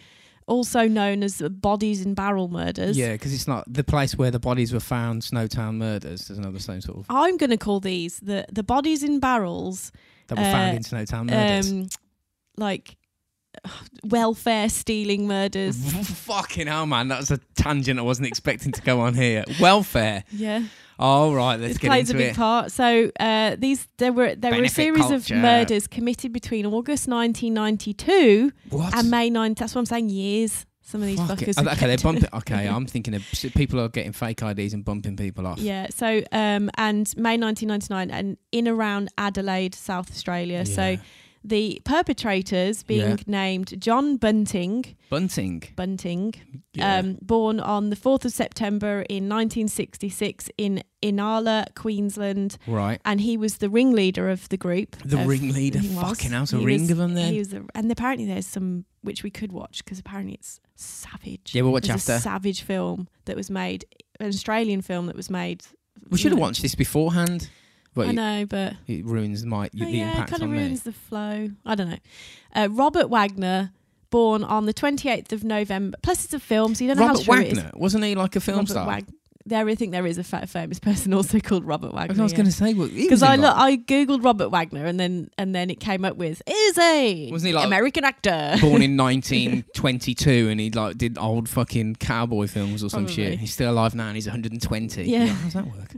also known as the bodies in barrel murders. Yeah, because it's not the place where the bodies were found. Snowtown murders. There's another same sort of I'm going to call these the the bodies in barrels, that were found Uh, in Snowtown murders. um, like (sighs) welfare stealing Mm-hmm. murders. (laughs) Fucking hell, man! That was a tangent I wasn't expecting to go on here. Welfare. Yeah. All right, let's It get plays a into big it. part. So uh, these there were there were a Benefit series culture. of murders committed between August 1992 What? and May 9. That's what I'm saying. Years. Some of these Fuck it. fuckers. Oh, were Okay, they're kept- (laughs) bumping. Okay, I'm thinking of s- people are getting fake IDs and bumping people off. Yeah. So um, and May 1999 and in around Adelaide, South Australia. Yeah. So the perpetrators being Yeah. named John Bunting, um, bunting. Bunting, Yeah. um, born on the 4th of September in 1966 in Inala, Queensland. right. and he was the ringleader of the group. The of- ringleader? uh, he was. Fucking hell, it's a He ring was- of 'em then. He was, a, and apparently there's some which we could watch because apparently it's savage. Yeah, we'll watch There's A after. savage film that was made, an Australian film that was made. We should have you know. watched this beforehand, but I it, know, but it ruins my oh, the yeah, it impact kind of on me. ruins the flow. I don't know. Uh, Robert Wagner, born on the 28th of November. Plus, it's a film, so you don't know Robert how true it is. Wagner wasn't he like a film Robert star? Wag- there I think there is a fa- famous person also called Robert Wagner. I was yeah. going to say, well, he because was I involved. look, I googled Robert Wagner and then and then it came up with is a Wasn't he like- American actor? born in 1922 and he like did old fucking cowboy films or some shit. Probably. He's still alive now and he's 120. Yeah. How does that work? (laughs)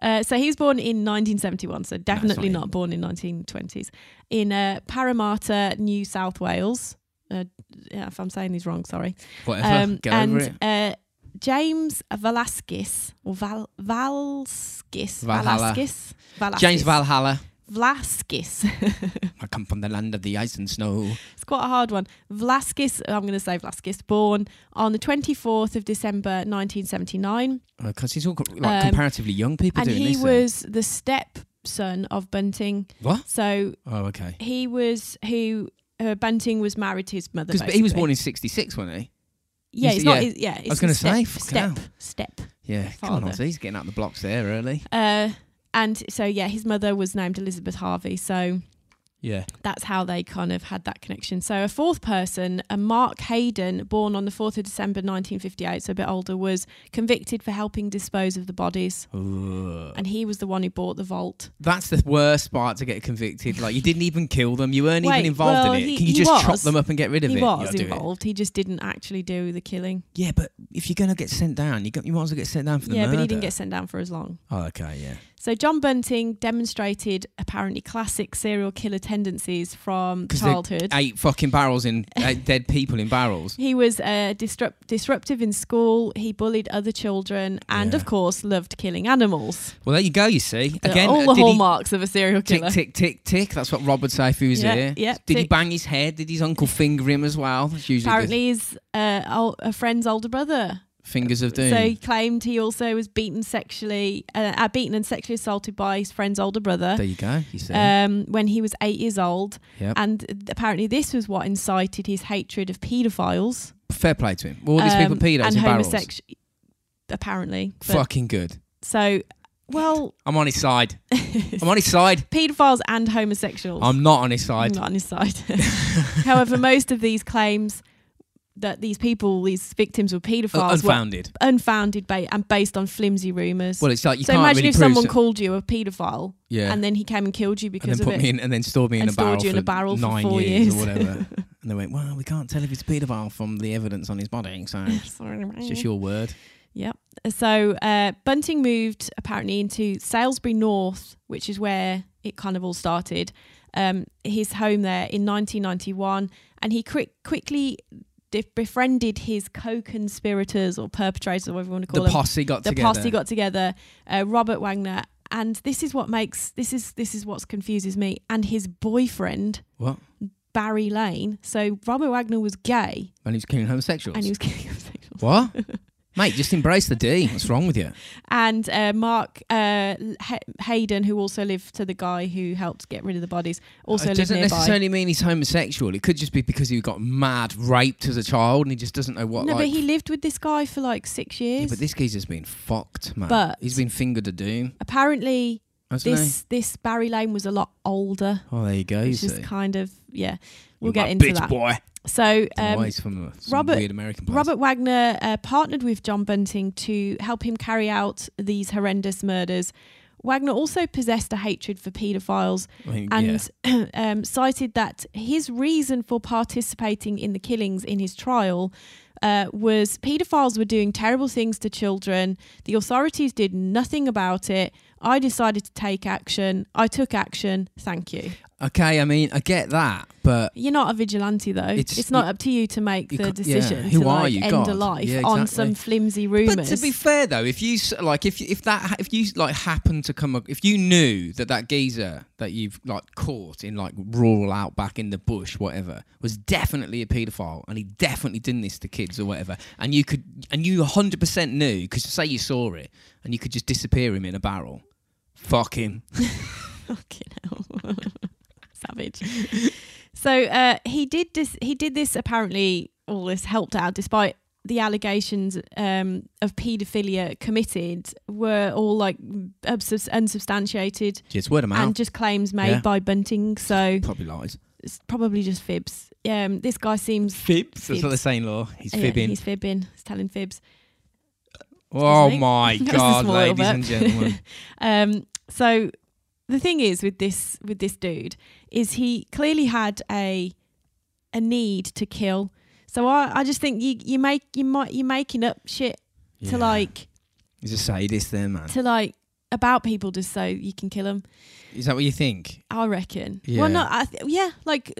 Uh, so he was born in 1971, so definitely not not, born in 1920s. In uh, Parramatta, New South Wales. Uh, yeah, if I'm saying these wrong, sorry. Um, Whatever. (laughs) Get and over it. Uh, James Valaskis or Val Valskis Valhalla. Valaskis Valaskis James Valhalla. (laughs) Vlaskis. I come from the land of the ice and snow. it's quite a hard one. Vlaskis. I'm going to say Vlaskis. Born on the 24th of December 1979. Because Uh, he's all co- like Um, comparatively young people and doing he this. then. was the stepson of Bunting. What? So Oh, okay. he was who uh, Bunting was married to his mother. Because he was basically. born in 66, wasn't he? Yeah, he's- it's not. yeah. it's- Yeah, it's was gonna the step- say, fucking step, hell. step. Yeah. Come on, Father. Ozzy, he's getting out the blocks there early. Uh, and so yeah, his mother was named Elizabeth Harvey. So Yeah. that's how they kind of had that connection. So a fourth person, a Mark Hayden, born on the fourth of December 1958, so a bit older, was convicted for helping dispose of the bodies, and he was the one who bought the vault. That's the worst part to get convicted. Like you didn't even kill them. You weren't even Wait, involved well, in it. he- Can you he just chop was. them up and get rid of He it? was You'll do it. involved. He just didn't actually do the killing. Yeah, but if you're gonna get sent down, you, got, you might as well get sent down for the Yeah, murder. but he didn't get sent down for as long. Oh, okay, yeah. So John Bunting demonstrated apparently classic serial killer tendencies from 'Cause they're childhood. Eight fucking barrels in eight dead people in (laughs) barrels. He was uh, disrupt- disruptive in school. He bullied other children, and Yeah. of course, loved killing animals. Well, there you go. You see, They're again, all uh, the did he- hallmarks of a serial tick killer. tick tick tick. That's what Rob would say if he was Yeah, here. yeah, Did he tick. bang his head? Did his uncle finger him as well? That's usually Apparently, he's uh, ol- a friend's older brother. the fingers of doom. So he claimed he also was beaten sexually, uh, uh, beaten and sexually assaulted by his friend's older brother there you go. You see. um, when he was eight years old. Yep. And apparently, this was what incited his hatred of paedophiles. Fair play to him. All these people um, pedos and in barrels. homosex- apparently. But- Fucking good. So, well, I'm on his (laughs) side. I'm on his side. paedophiles and homosexuals. I'm not on his side. not on his (laughs) side. (laughs) However, most of these claims that these people, these victims, were Uh, paedophiles were unfounded. unfounded ba- and based on flimsy rumours. Well, it's like you so can't imagine really if prove someone so- called you a paedophile yeah. and then he came and killed you and because then put of it. me in, and then stored me in And a barrel stored you in for a barrel for nine four years, or years. (laughs) whatever. and they went, well, we can't tell if it's paedophile from the evidence on his body, (laughs) so Sorry, it's just your word. So uh, Bunting moved apparently into Salisbury North, which is where it kind of all started. Um, his home there in 1991, and he quick, quickly de- befriended his co-conspirators or perpetrators, or whatever you want to call The them. posse got the together. posse got together. Uh, Robert Wagner, and this is what makes this is this is what confuses me. And his boyfriend what? Barry Lane. So Robert Wagner was gay, And he was killing homosexuals. and he was (laughs) killing homosexuals. (laughs) what? Mate, just embrace the D. What's wrong with you? and uh, Mark uh, H- Hayden, who also lived to the guy who helped get rid of the bodies, also it lived doesn't nearby. necessarily mean he's homosexual. It could just be because he got mad raped as a child and he just doesn't know what. No, like, but he lived with this guy for like six years. yeah, but this geezer's been fucked, man. But- he's been fingered to doom, Apparently, hasn't this this Barry Lane was a lot older. he? Oh, there you go. You Which see. is kind of yeah. We'll Like, get into bitch that. boy. So Why um, he's from a, some Robert- weird American place. Robert Wagner uh, partnered with John Bunting to help him carry out these horrendous murders. Wagner also possessed a hatred for paedophiles I mean, yeah. and (clears throat) um, cited that his reason for participating in the killings in his trial uh, was paedophiles were doing terrible things to children. The authorities did nothing about it. I decided to take action. I took action. Thank you. Okay, I mean, I get that, but You're not a vigilante, though. It's- It's, not up to you to make you the ca- yeah. decision Who to are like, you, end God? a life Yeah, on exactly. some flimsy rumors. but to (laughs) be fair though, if you s- like, if if that if you like happen to come, ac- if you knew that that geezer that you've like caught in like rural outback in the bush, whatever, was definitely a paedophile and he definitely did this to kids or whatever, and you could and you hundred percent knew because say you saw it and you could just disappear him in a barrel, fuck him. Fucking hell. Savage. So uh, he did this. He did this. Apparently, all this helped out, despite the allegations um, of paedophilia committed were all like unsubs- unsubstantiated Just word of mouth, and just claims made Yeah. by Bunting. So probably (laughs) lies. it's probably just fibs. Um, this guy seems Fibs. That's what Fibs. they're saying, Law. He's yeah, fibbing. he's fibbing. He's telling fibs. Oh me. my (laughs) That was a god, small little ladies and burp. gentlemen. Um, so the thing is with this with this dude is he clearly had a a need to kill. So I, I just think you you make you might you're making up shit Yeah. (laughs) to like he's a sadist, there, man. to like about people just so you can kill them. Is that what you think? I reckon. Yeah. Well, not I th- yeah, like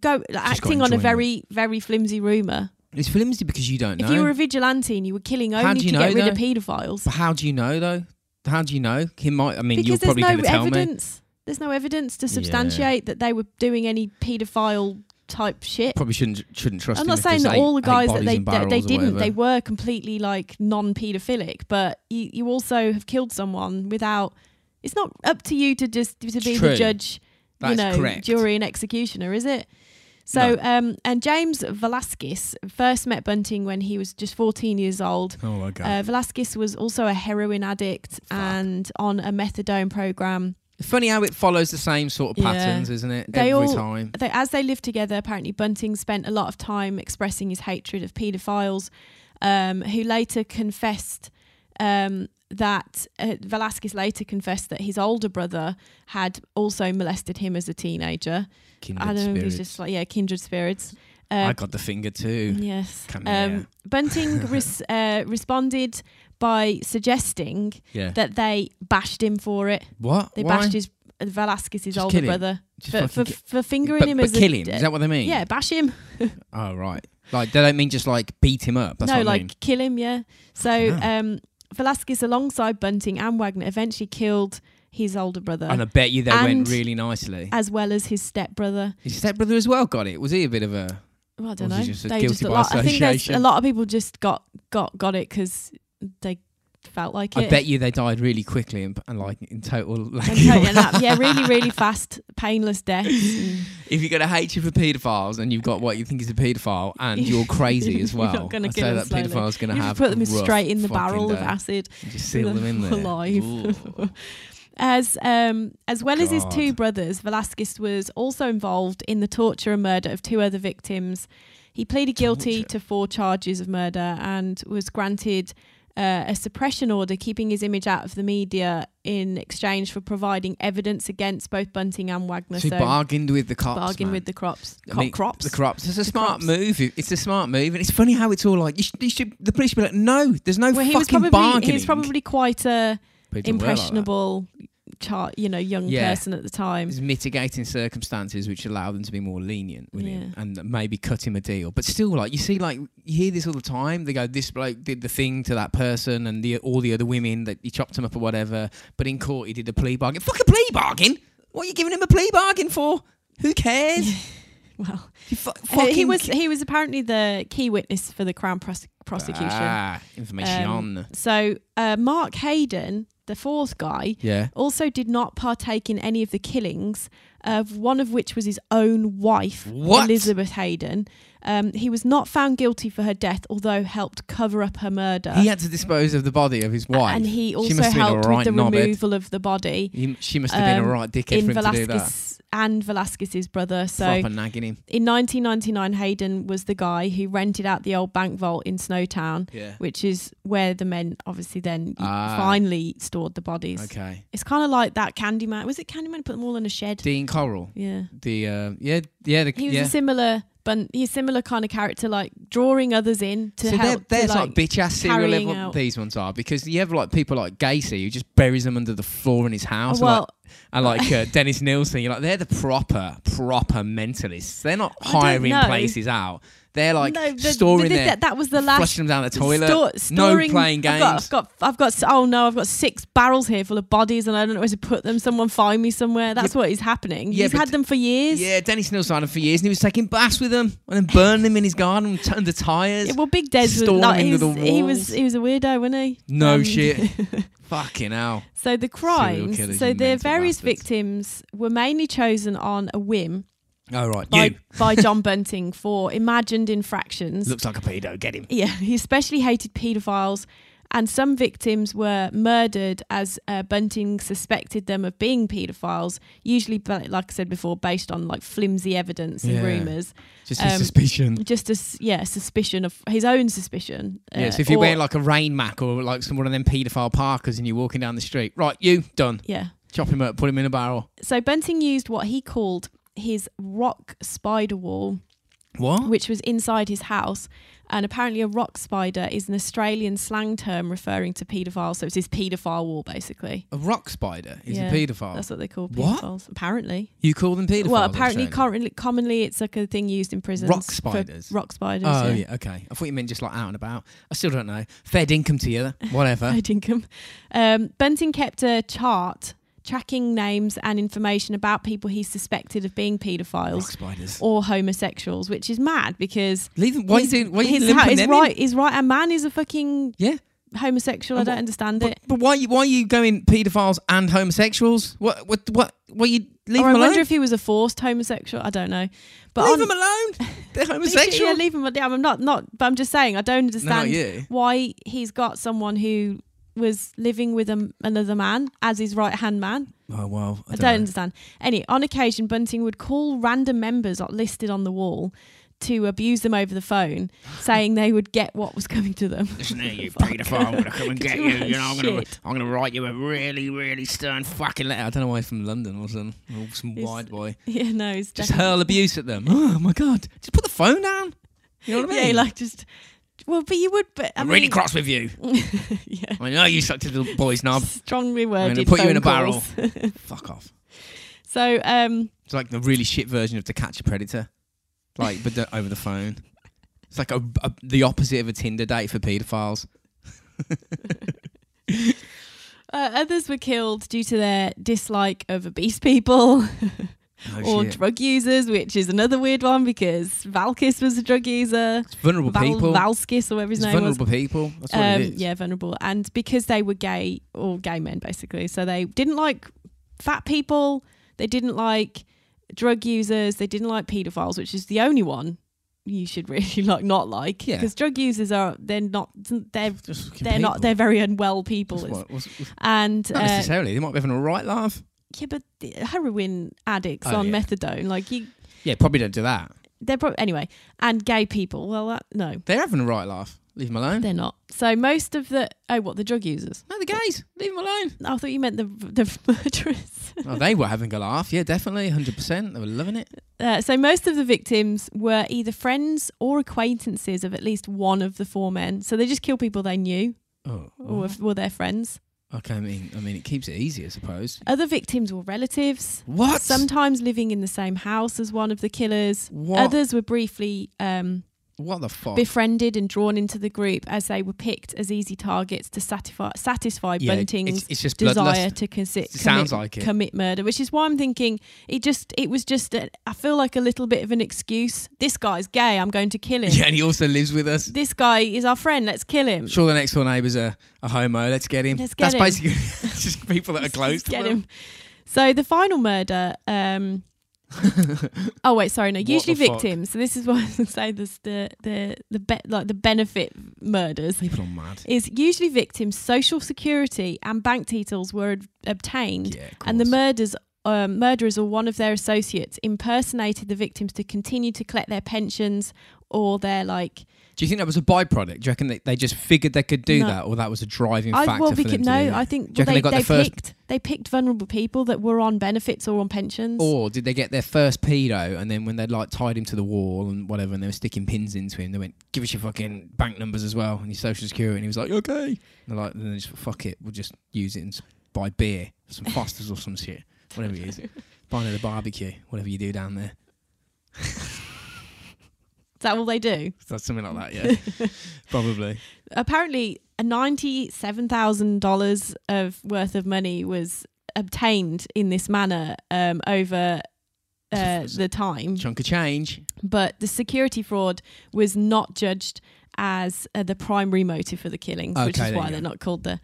go like, got acting on a enjoyment. very very flimsy rumor. It's flimsy because you don't know. If you were a vigilante and you were killing How do only to you get know, rid of paedophiles, but how do you know though? How do you know? He might. I mean, because you're there's probably no going to tell me. evidence. There's no evidence to substantiate that they were doing any paedophile type shit. Probably shouldn't shouldn't trust. I'm him not if saying there's that eight- all the eight guys that bodies they in that they barrels or didn't. They whatever. were completely like non-paedophilic, but you, you also have killed someone without. It's not up to you to just to be true. the judge, That's you know, correct. jury and executioner, is it? So, No. um, and James Velasquez first met Bunting when he was just 14 years old. Oh my god. Uh, Velasquez was also a heroin addict and on a methadone program. Funny how it follows the same sort of Yeah. patterns, isn't it? They Every all- time. They, as they lived together, apparently Bunting spent a lot of time expressing his hatred of paedophiles, um, who later confessed um, that uh, Velasquez later confessed that his older brother had also molested him as a teenager. Kindred I don't know if spirits. he's just like yeah, kindred spirits. I Uh, got the finger too. yes. Come here. Um, (laughs) Bunting res- uh, responded by suggesting Yeah. that Mm-hmm. they bashed him for it. what? They Why? bashed his uh, Velasquez's Just older kill him. brother Just for, fucking for, get- for fingering but, him but as kill a him. Is that what they mean? yeah, bash him. Oh right. Like they don't mean just like beat him up. That's no, what I like mean. kill him. Yeah. So Fucking hell. um, Velasquez, alongside Bunting and Wagner, eventually killed his older brother And I bet you they went uh, and- really nicely. as well as his stepbrother. His stepbrother as well got it. Was he a bit of a? Well, I don't was know. he just a They guilty just a by lot. I think there's a association? lot of people just got got got it because they felt like I it. bet you they died really quickly and, and like in total. (laughs) Like, And totally (laughs) end up- yeah, really, really fast, painless deaths. and if you've got a hatred for paedophiles and you've got what you think is a paedophile and (laughs) you're crazy as You're not well, gonna I kill say them that slowly. paedophile's going you to have just put them a rough straight in the fucking barrel of day. acid. You Just (laughs) seal with them in them there alive. (laughs) Ooh. As um, as well as his two God. brothers, Velasquez was also involved in the torture and murder of two other victims. He pleaded guilty Torture. to four charges of murder and was granted uh, a suppression order, keeping his image out of the media in exchange for providing evidence against both Bunting and Wagner. So he bargained with the cops. bargain man. with the crops, I co- mean, crops. The crops. It's a The smart crops. move. It's a smart move, and it's funny how it's all like you should. You should the police should be like, no, there's no well, fucking he was probably bargaining. he was probably quite a People were like that. impressionable, char- you know, young Yeah. person at the time. There's mitigating circumstances which allow them to be more lenient with him Yeah. and maybe cut him a deal. But still, like you see, like you hear this all the time. They go, "This bloke did the thing to that person, and the all the other women that he chopped him up or whatever." But in court, he did a plea bargain. Fuck a plea bargain! What are you giving him a plea bargain for? Who cares? Well, You fu- Uh, he fucking was ca- he was apparently the key witness for the Crown prose- prosecution. Ah, information. Um, so uh, Mark Hayden, the fourth guy, yeah. also did not partake in any of the killings, of one of which was his own wife, What? Elizabeth Hayden. Um, he was not found guilty for her death, although helped cover up her murder. He had to dispose of the body of his wife. and he she also must have been a helped right with the knobhead. removal of the body He- she must have been um, a right dickhead in for him to do that. Velasquez and Velasquez's brother. So Proper nagging him. in 1999, Hayden was the guy who rented out the old bank vault in Snowtown, Yeah. which is where the men obviously then Ah. finally stored the bodies. Okay. It's kind of like that Candyman. Was it Candyman? Put them all in a shed. Dean Coral. Yeah, The uh, yeah yeah the, he was yeah. a similar, but he's a similar kind of character, like drawing others in to so they're, help. to, they're like, like, bitch ass serial carrying level out- these ones are because you have like people like Gacy who just buries them under the floor in his house well, and (laughs) like, and like uh, Dennis Nielsen you're like they're the proper proper mentalists they're not I don't hiring know. places out they're like no, the- storing the- their that, that was the last. flushing them down the toilet Sto- no storing- playing I've games got, I've got, I've got s- oh no, I've got six barrels here full of bodies, and I don't know where to put them. Someone find me somewhere. That's what is happening. Yeah, he's but- had them for years. yeah Dennis Nielsen had them for years and he was taking baths with them and then burning them in his garden t- under tyres Yeah, well, Big Des was Storming like, he, to was, the he was walls. he was a weirdo, wasn't he? no Um, (laughs) shit fucking hell So the killers, crimes, so you the mental various bastards. victims were mainly chosen on a whim all right by you by John Bunting for imagined infractions. looks like a pedo get him (laughs) Yeah, he especially hated paedophiles And some victims were murdered as uh, Bunting suspected them of being paedophiles, usually, but like I said before, based on like flimsy evidence and Yeah. rumours. Just his Um, suspicion. Just as, yeah, suspicion of his own suspicion. yeah, uh, so if you or- wear like a rain mac or like some one of them paedophile parkers and you're walking down the street, right, you, done. Yeah. Chop him up, put him in a barrel. So Bunting used what he called his rock spider wall, What? which was inside his house. And apparently, a rock spider is an Australian slang term referring to paedophiles. So it's his paedophile wall, basically. A rock spider is Yeah, a paedophile. That's what they call Oh. What? paedophiles, apparently. You call them paedophiles? well, in apparently, Australia? currently, commonly it's like a thing used in prisons. Rock for spiders? Rock spiders. Oh yeah. (laughs) yeah. okay. I thought you meant just like out and about. I still don't know. Fair income to you, (laughs) whatever. I'd income. Um, Bunting kept a chart tracking names and information about people he suspected of being rock paedophiles spiders. or homosexuals, which is mad because Leave them. Why his- is it? Why are you his, limping ha- his them in? right, his right hand man is a fucking Yeah, homosexual. I And don't what- understand but, it. but why? you- Why are you going paedophiles and homosexuals? What? What? What? Why you leave Or I them alone? wonder if he was a forced homosexual. I don't know. But leave on- (laughs) them alone. They're Leave it- homosexual. Yeah, leave him. Yeah, I'm not not. But I'm just saying, I don't no, not understand you. why he's got someone who was living with a, another man as his right hand man. Oh well, I don't, understand. Any on occasion, Bunting would call random members like, listed on the wall to abuse them over (gasps) the phone, saying they would get what was coming to them. Listen here, you (laughs) Fuck. paedophile, I'm gonna come and Could get you you. You know, I'm imagine? gonna, Shit. I'm gonna write you a really, really stern Fucking letter. I don't know why he's from London or something. Or Oh, some He's- wide boy. yeah, no, it's Just definitely- hurl abuse at them. (gasps) Oh my god. Just put the phone down. You know what I mean? Yeah, like just. Well, but you would. But I I'm really mean, cross with you. (laughs) yeah, I know you sucked a little boy's knob. strongly worded. put you in a phone barrel. calls. (laughs) Fuck off. so, um, It's like the really shit version of To Catch a Predator, like but the, over the phone. It's like a, a, the opposite of a Tinder date for paedophiles. uh, others were killed due to their dislike of obese people. Oh, (laughs) or shit. drug users, which is another weird one because Valkis was a drug user. it's vulnerable Val- people. Valskis or whatever his it's name was. vulnerable people. That's what it Um, is. yeah, vulnerable. And because they were gay or gay men, basically. So they didn't like fat people. They didn't like drug users. They didn't like paedophiles, which is the only one you should (laughs) really like not like Yeah. because drug users are they're not they're Just fucking they're not people. they're very unwell people That's It's- what- what's- what's- and not uh, necessarily. They might be having a right laugh. yeah but the heroin addicts Oh, on yeah. methadone like you Yeah, probably don't do that. they're probably anyway and gay people well that, no They're having a right laugh. Leave them alone. they're not so most of the oh what the drug users no, the gays. Leave them (laughs) alone. i thought you meant the the (laughs) murderers oh, they were having a laugh. Yeah, definitely. 100%. They were loving it. uh, so most of the victims were either friends or acquaintances of at least one of the four men so they just kill people they knew Oh. or if- were their friends Okay, I mean, I mean, it keeps it easy, I suppose. other victims were relatives What? sometimes living in the same house as one of the killers What? others were briefly um, what the fuck? befriended and drawn into the group as they were picked as easy targets to satisfy satisfy Yeah, bunting's it's, it's just desire (laughs) bloodlust. to consi- It sounds commit, like it. commit murder, which is why I'm thinking it just it was just a, I feel like a little bit of an excuse. This guy's gay, I'm going to kill him. Yeah, and he also lives with us. This guy is our friend, let's kill him. Sure, the next door neighbour's a, a homo. Let's get him. Let's get That's him. basically (laughs) it's (laughs) just people that are close Let's to Get them. him. So the final murder. (laughs) Um, oh wait, sorry, no. What Usually the fuck? victims. So this is why I was gonna say this, the the the be- like the benefit murders. People are mad. is usually victims' social security and bank details were ob- obtained, Yeah, of and the course. murders, um, murderers or one of their associates impersonated the victims to continue to collect their pensions or their like. Do you think that was a byproduct? Do you reckon they, they just figured they could do No. that, or that was a driving I, factor well, for we them could to no. do that? I think Do you reckon they well, they, got they, their first- picked they picked vulnerable people that were on benefits or on pensions. Or did they get their first pedo, and then when they'd like tied him to the wall and whatever, and they were sticking pins into him, they went, "Give us your fucking bank numbers as well and your social security," and he was like, "Okay." And they're like, and then they just fuck it, we'll just use it and s- buy beer, some Fosters or some shit, whatever it is, Is buy another barbecue, whatever you do down there. that all they do? So something like that, yeah. (laughs) Probably. Apparently, a ninety-seven thousand dollars of worth of money was obtained in this manner um, over (laughs) uh, the time. Chunk of change. but the security fraud was not judged as uh, the primary motive for the killings, which Okay, is there why you they're go. not called the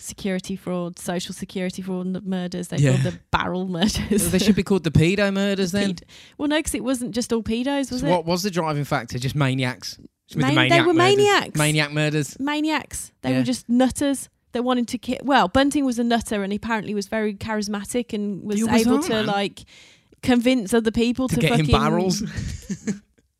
security fraud, social security fraud n- murders. They're Yeah. called the barrel murders. they should be called the (laughs) pedo murders then. Ped- well, no, because it wasn't just all pedos, was So it? what was the driving factor? Just maniacs. With the Mani- maniac they were murders. maniacs. Maniac murders. maniacs. They Yeah. were just nutters that wanted to kill. Well, Bunting was a nutter, and he apparently was very charismatic and was He was able on, to man. like convince other people to, To get in fucking barrels.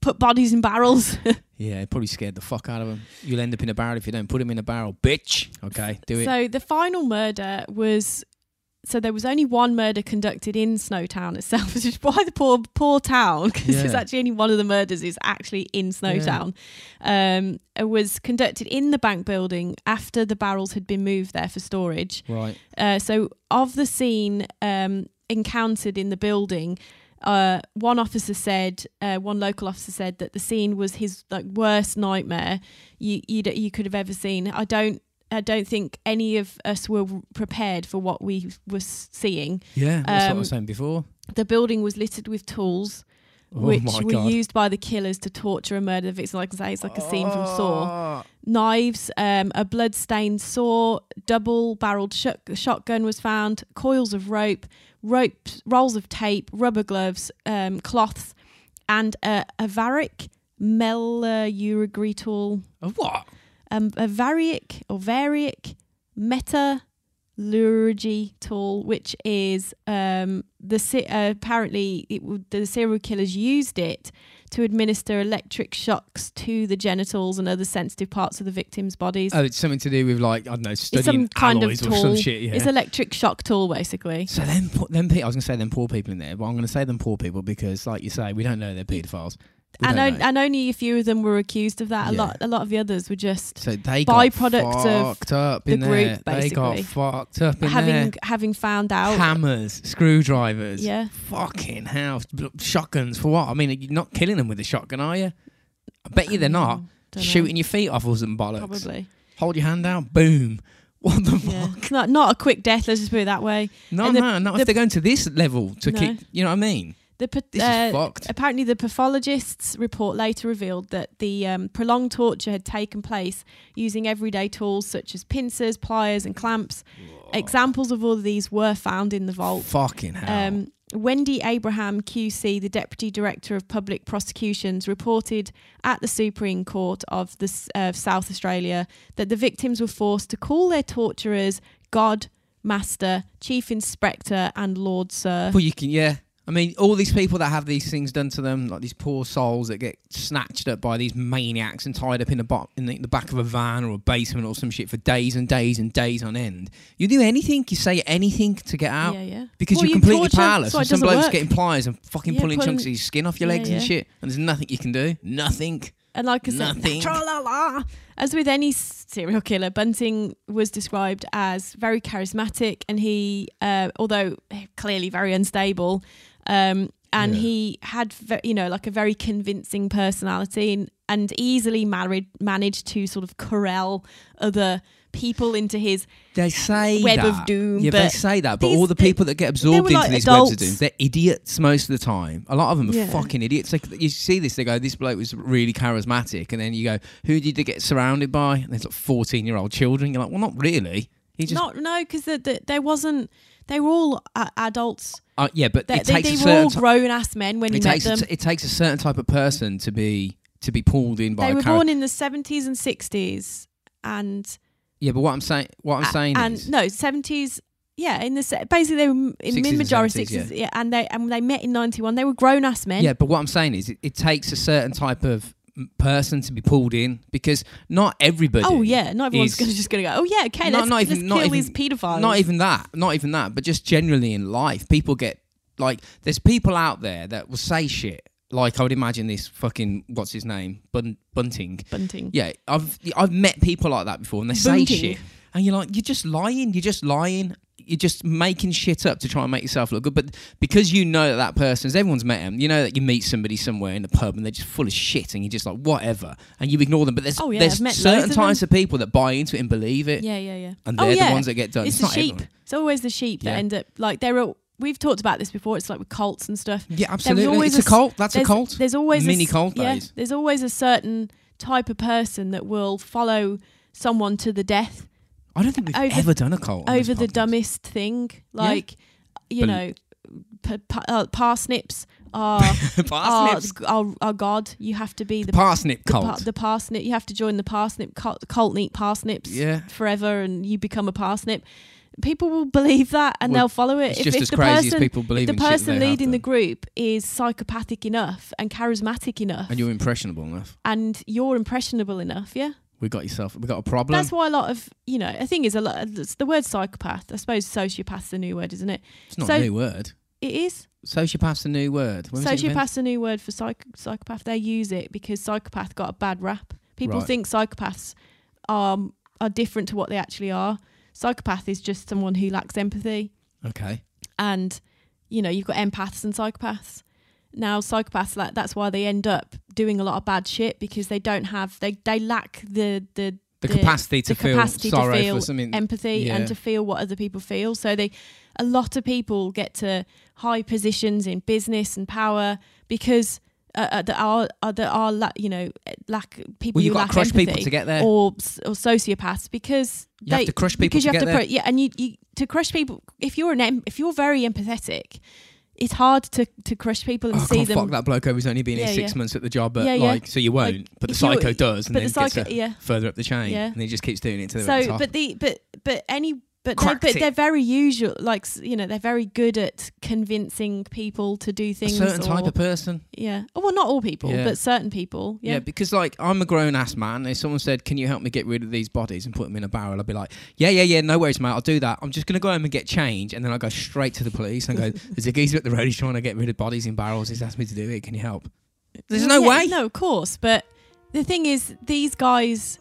put bodies in barrels. Yeah, it probably scared the fuck out of him. You'll end up in a barrel if you don't put him in a barrel, bitch. Okay, do it. so the final murder was. So there was only one murder conducted in Snowtown itself, (laughs) which is why the poor poor town, because it's Yeah. actually only one of the murders is actually in Snowtown. Um, it was conducted in the bank building after the barrels had been moved there for storage. right. Uh, so, of the scene um, encountered in the building, uh, one officer said, uh, one local officer said that the scene was his like worst nightmare you you you could have ever seen. I don't. I don't think any of us were prepared for what we were seeing. Yeah, that's what I Um, was saying before. The building was littered with tools, Oh which my were god. used by the killers to torture and murder the victims. Like I say, it's like a scene from Saw knives, um, a blood-stained saw, double-barreled sh- shotgun was found, coils of rope, ropes, rolls of tape, rubber gloves, um, cloths, and uh, a varic melurigritol, Of what? um, a varic or varic meta tool which is um the se- uh, apparently it w- the serial killers used it to administer electric shocks to the genitals and other sensitive parts of the victims' bodies. Oh, it's something to do with like I don't know, it's some studying kind of alloys tool. or some shit. Yeah. It's electric shock tool, basically. so then, them people. I was gonna say them poor people in there, but I'm gonna say them poor people because, like you say, we don't know they're paedophiles. We And, don't on- know. and only a few of them were accused of that. A Yeah. lot, a lot of the others were just so they byproduct got of fucked up the in there. group, They got basically. fucked up in having there. having found out. Hammers, screwdrivers, Yeah. fucking hell, shotguns for what? I mean, you're not killing them with a shotgun, are you? I bet you they're not. Dunno. Shooting your feet off or some bollocks. (laughs) Mm, Probably. Hold your hand out, boom. (laughs) What the Yeah. fuck? Not, not a quick death, let's just put it that way. No, And the- no, not if the- they're going to this level to No. kick. You know what I mean? The, pa- This uh, is fucked. Apparently, the pathologist's report later revealed that the um, prolonged torture had taken place using everyday tools such as pincers, pliers, and clamps. Examples of all of these were found in the vault. Fucking hell. Um, Wendy Abraham QC, the Deputy Director of Public Prosecutions, reported at the Supreme Court of the S- uh, South Australia that the victims were forced to call their torturers God, Master, Chief Inspector, and Lord Sir. well, you can, yeah. I mean, all these people that have these things done to them, like these poor souls that get snatched up by these maniacs and tied up in the, bo- in the, the back of a van or a basement or some shit for days and days and days on end. You do anything, you say anything to get out Yeah, yeah. because Well, you're you completely torture, powerless. so it And some doesn't bloke's work. getting pliers and fucking Yeah, pulling chunks of pulling- your skin off your Yeah, legs and yeah. shit, and there's nothing you can do. Nothing. And like I said, Nothing. tra-la-la. as with any s- serial killer, Bunting was described as very charismatic, and he, uh, although clearly very unstable, um, and Yeah. he had, ve- you know, like a very convincing personality, and, and easily married, managed to sort of corral other people into his. They say Web of that. doom, Yeah, they but say that, but these- all the people that get were absorbed like into these webs adults. of doom, they're idiots most of the time. A lot of them are Yeah. fucking idiots. Like, you see this, they go, "This bloke was really charismatic," and then you go, "Who did they get surrounded by?" And there's like fourteen-year-old children. You're like, "Well, not really." He just, not no, because the, the, there wasn't. They were all uh, adults. uh, yeah, but They, it takes they, a they were certain. all Ti- grown ass men when it you met takes a them. t- it takes a certain type of person to be to be pulled in by They a were char- born in the seventies and sixties, and Yeah, but what I'm saying, what I'm A- saying and is, no, seventies. Yeah, in the se- basically they were m- in 60s mid and majority 70s, sixties. Yeah. and they and they met in ninety one. They were grown ass men. Yeah, but what I'm saying is, it, it takes a certain type of m- person to be pulled in because not everybody. Oh yeah, not everyone's is- gonna just gonna go. Oh yeah, okay, Not- let's, not even- let's not kill even- these paedophiles. Not even that. Not even that. But just generally in life, people get like there's people out there that will say shit. Like I would imagine this fucking what's his name Bun- Bunting. bunting. Yeah, I've I've met people like that before, and they say Bunting. shit, and you're like, you're just lying. You're just lying. You're just making shit up to try and make yourself look good. But because you know that that person's, everyone's met him. You know that you meet somebody somewhere in a pub and they're just full of shit, and you're just like whatever, and you ignore them. But there's Oh, yeah, there's I've met certain loads of types of people that buy into it and believe it, yeah, yeah, yeah. and oh they're yeah, the ones that get done. it's, not the sheep. everyone. It's always the sheep Yeah. that end up like they're. All, we've talked about this before. It's like with cults and stuff. Yeah, There was absolutely. always it's a, a s- cult. That's a there's- cult. There's always Mini a, s- cult Yeah, days. there's always a certain type of person that will follow someone to the death I don't think we've over- ever done a cult on this over the podcast. dumbest thing, like Bel- you know, p- pa- uh, parsnips. (laughs) our our, Parsnips. our our god. You have to be the Parsnip the, cult. par- the parsnip. You have to join the parsnip cult, cult and eat parsnips Yeah. forever, and you become a parsnip. People will believe that, and Well, they'll follow it. it's just as crazy as people if believe the in shit that person they have leading the done. group is psychopathic enough and charismatic enough, and you're impressionable enough. and you're impressionable enough, yeah. We got yourself. We got a problem. That's why a lot of you know. I think is a lot. It's the word psychopath. I suppose sociopath's a new word, isn't it? it's not so- a new word. It is. Sociopath's a new word. When was it invented? Sociopath's a new word for psych- psychopath. They use it because psychopath got a bad rap. People Right. think psychopaths are are different to what they actually are. Psychopath is just someone who lacks empathy, Okay. and you know you've got empaths and psychopaths. Now psychopaths, like that's why they end up doing a lot of bad shit because they don't have they they lack the the The, The- capacity to the feel capacity to sorrow feel for something. empathy Mm. Yeah. and to feel what other people feel. So they, a lot of people get to high positions in business and power because uh, uh, there are uh, there are la- you know eh, lack people well, you've who got lack to crush empathy people to get there. or s- or sociopaths because you they have to crush people because to you get have to there. cru- yeah and you, you to crush people if you're an em- if you're very empathetic, it's hard to to crush people and Oh, I see can't them. fuck that bloke over. He's only been Yeah, here six yeah. months at the job, but Yeah, yeah. like, so you won't. but the if you- psycho does, and but then the gets psycho her yeah. further up the chain, Yeah. and he just keeps doing it to the very So, top. but the but but any but they, Cracked but it. they're very usual. Like s- you know, they're very good at convincing people to do a things. certain type or- of person. yeah. Oh, well, not all people, Yeah. but certain people. Yeah. Yeah. because like I'm a grown ass man. If someone said, "Can you help me get rid of these bodies and put them in a barrel?" I'd be like, "Yeah, yeah, yeah, no worries, mate. I'll do that. I'm just gonna go home and get change, and then I will go straight to the police (laughs) and go, "There's a geezer at the road. He's trying to get rid of bodies in barrels. He's asked me to do it. Can you help?" There's no Mm, Yeah, way. No, of course. But the thing is, these guys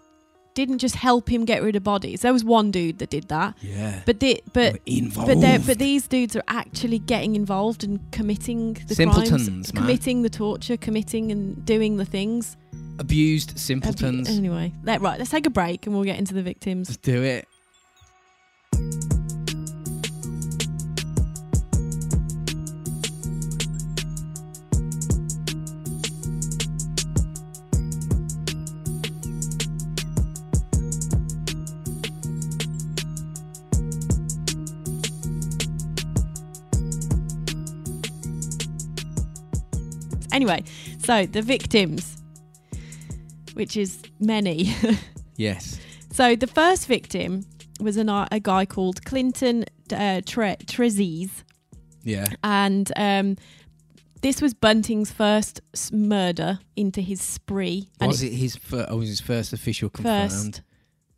didn't just help him get rid of bodies. There was one dude that did that, Yeah, but the, but. We're involved. But they're- but these dudes are actually getting involved and committing the crimes, simpletons, man. committing the torture, committing and doing the things. Abused Have you- simpletons. Anyway, let, right, let's take a break and we'll get into the victims. Let's do it. Anyway, so the victims, which is many. (laughs) Yes. so the first victim was an, uh, a guy called Clinton uh, Tre- Trezise, Yeah. and um, this was Bunting's first s- murder into his spree. and was it his? Fir- oh, was his first official confirmed? first?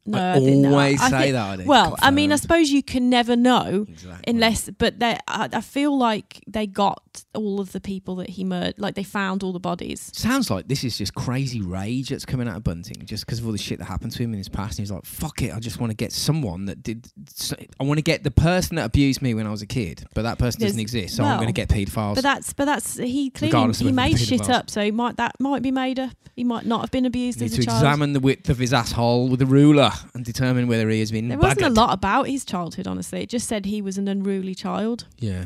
No, I, I, didn't know. always I say think- that. I do. Well, I mean, I Confirmed. suppose you can never know Exactly. unless but they I, I feel like they got all of the people that he murdered like they found all the bodies Sounds like this is just crazy rage that's coming out of Bunting just because of all the shit that happened to him in his past. And he's like, fuck it, I just want to get someone that did. So, I want to get the person that abused me when I was a kid, but that person doesn't There's- exist, so I'm well, going to get paedophiles. but that's but that's he clearly Regardless of he whether made they've been shit involved. up so he might that might be made up he might not have been abused Need as to a child examine the width of his asshole with a ruler and determine whether he has been. there wasn't a buggered. lot about his childhood honestly it just said he was an unruly child Yeah,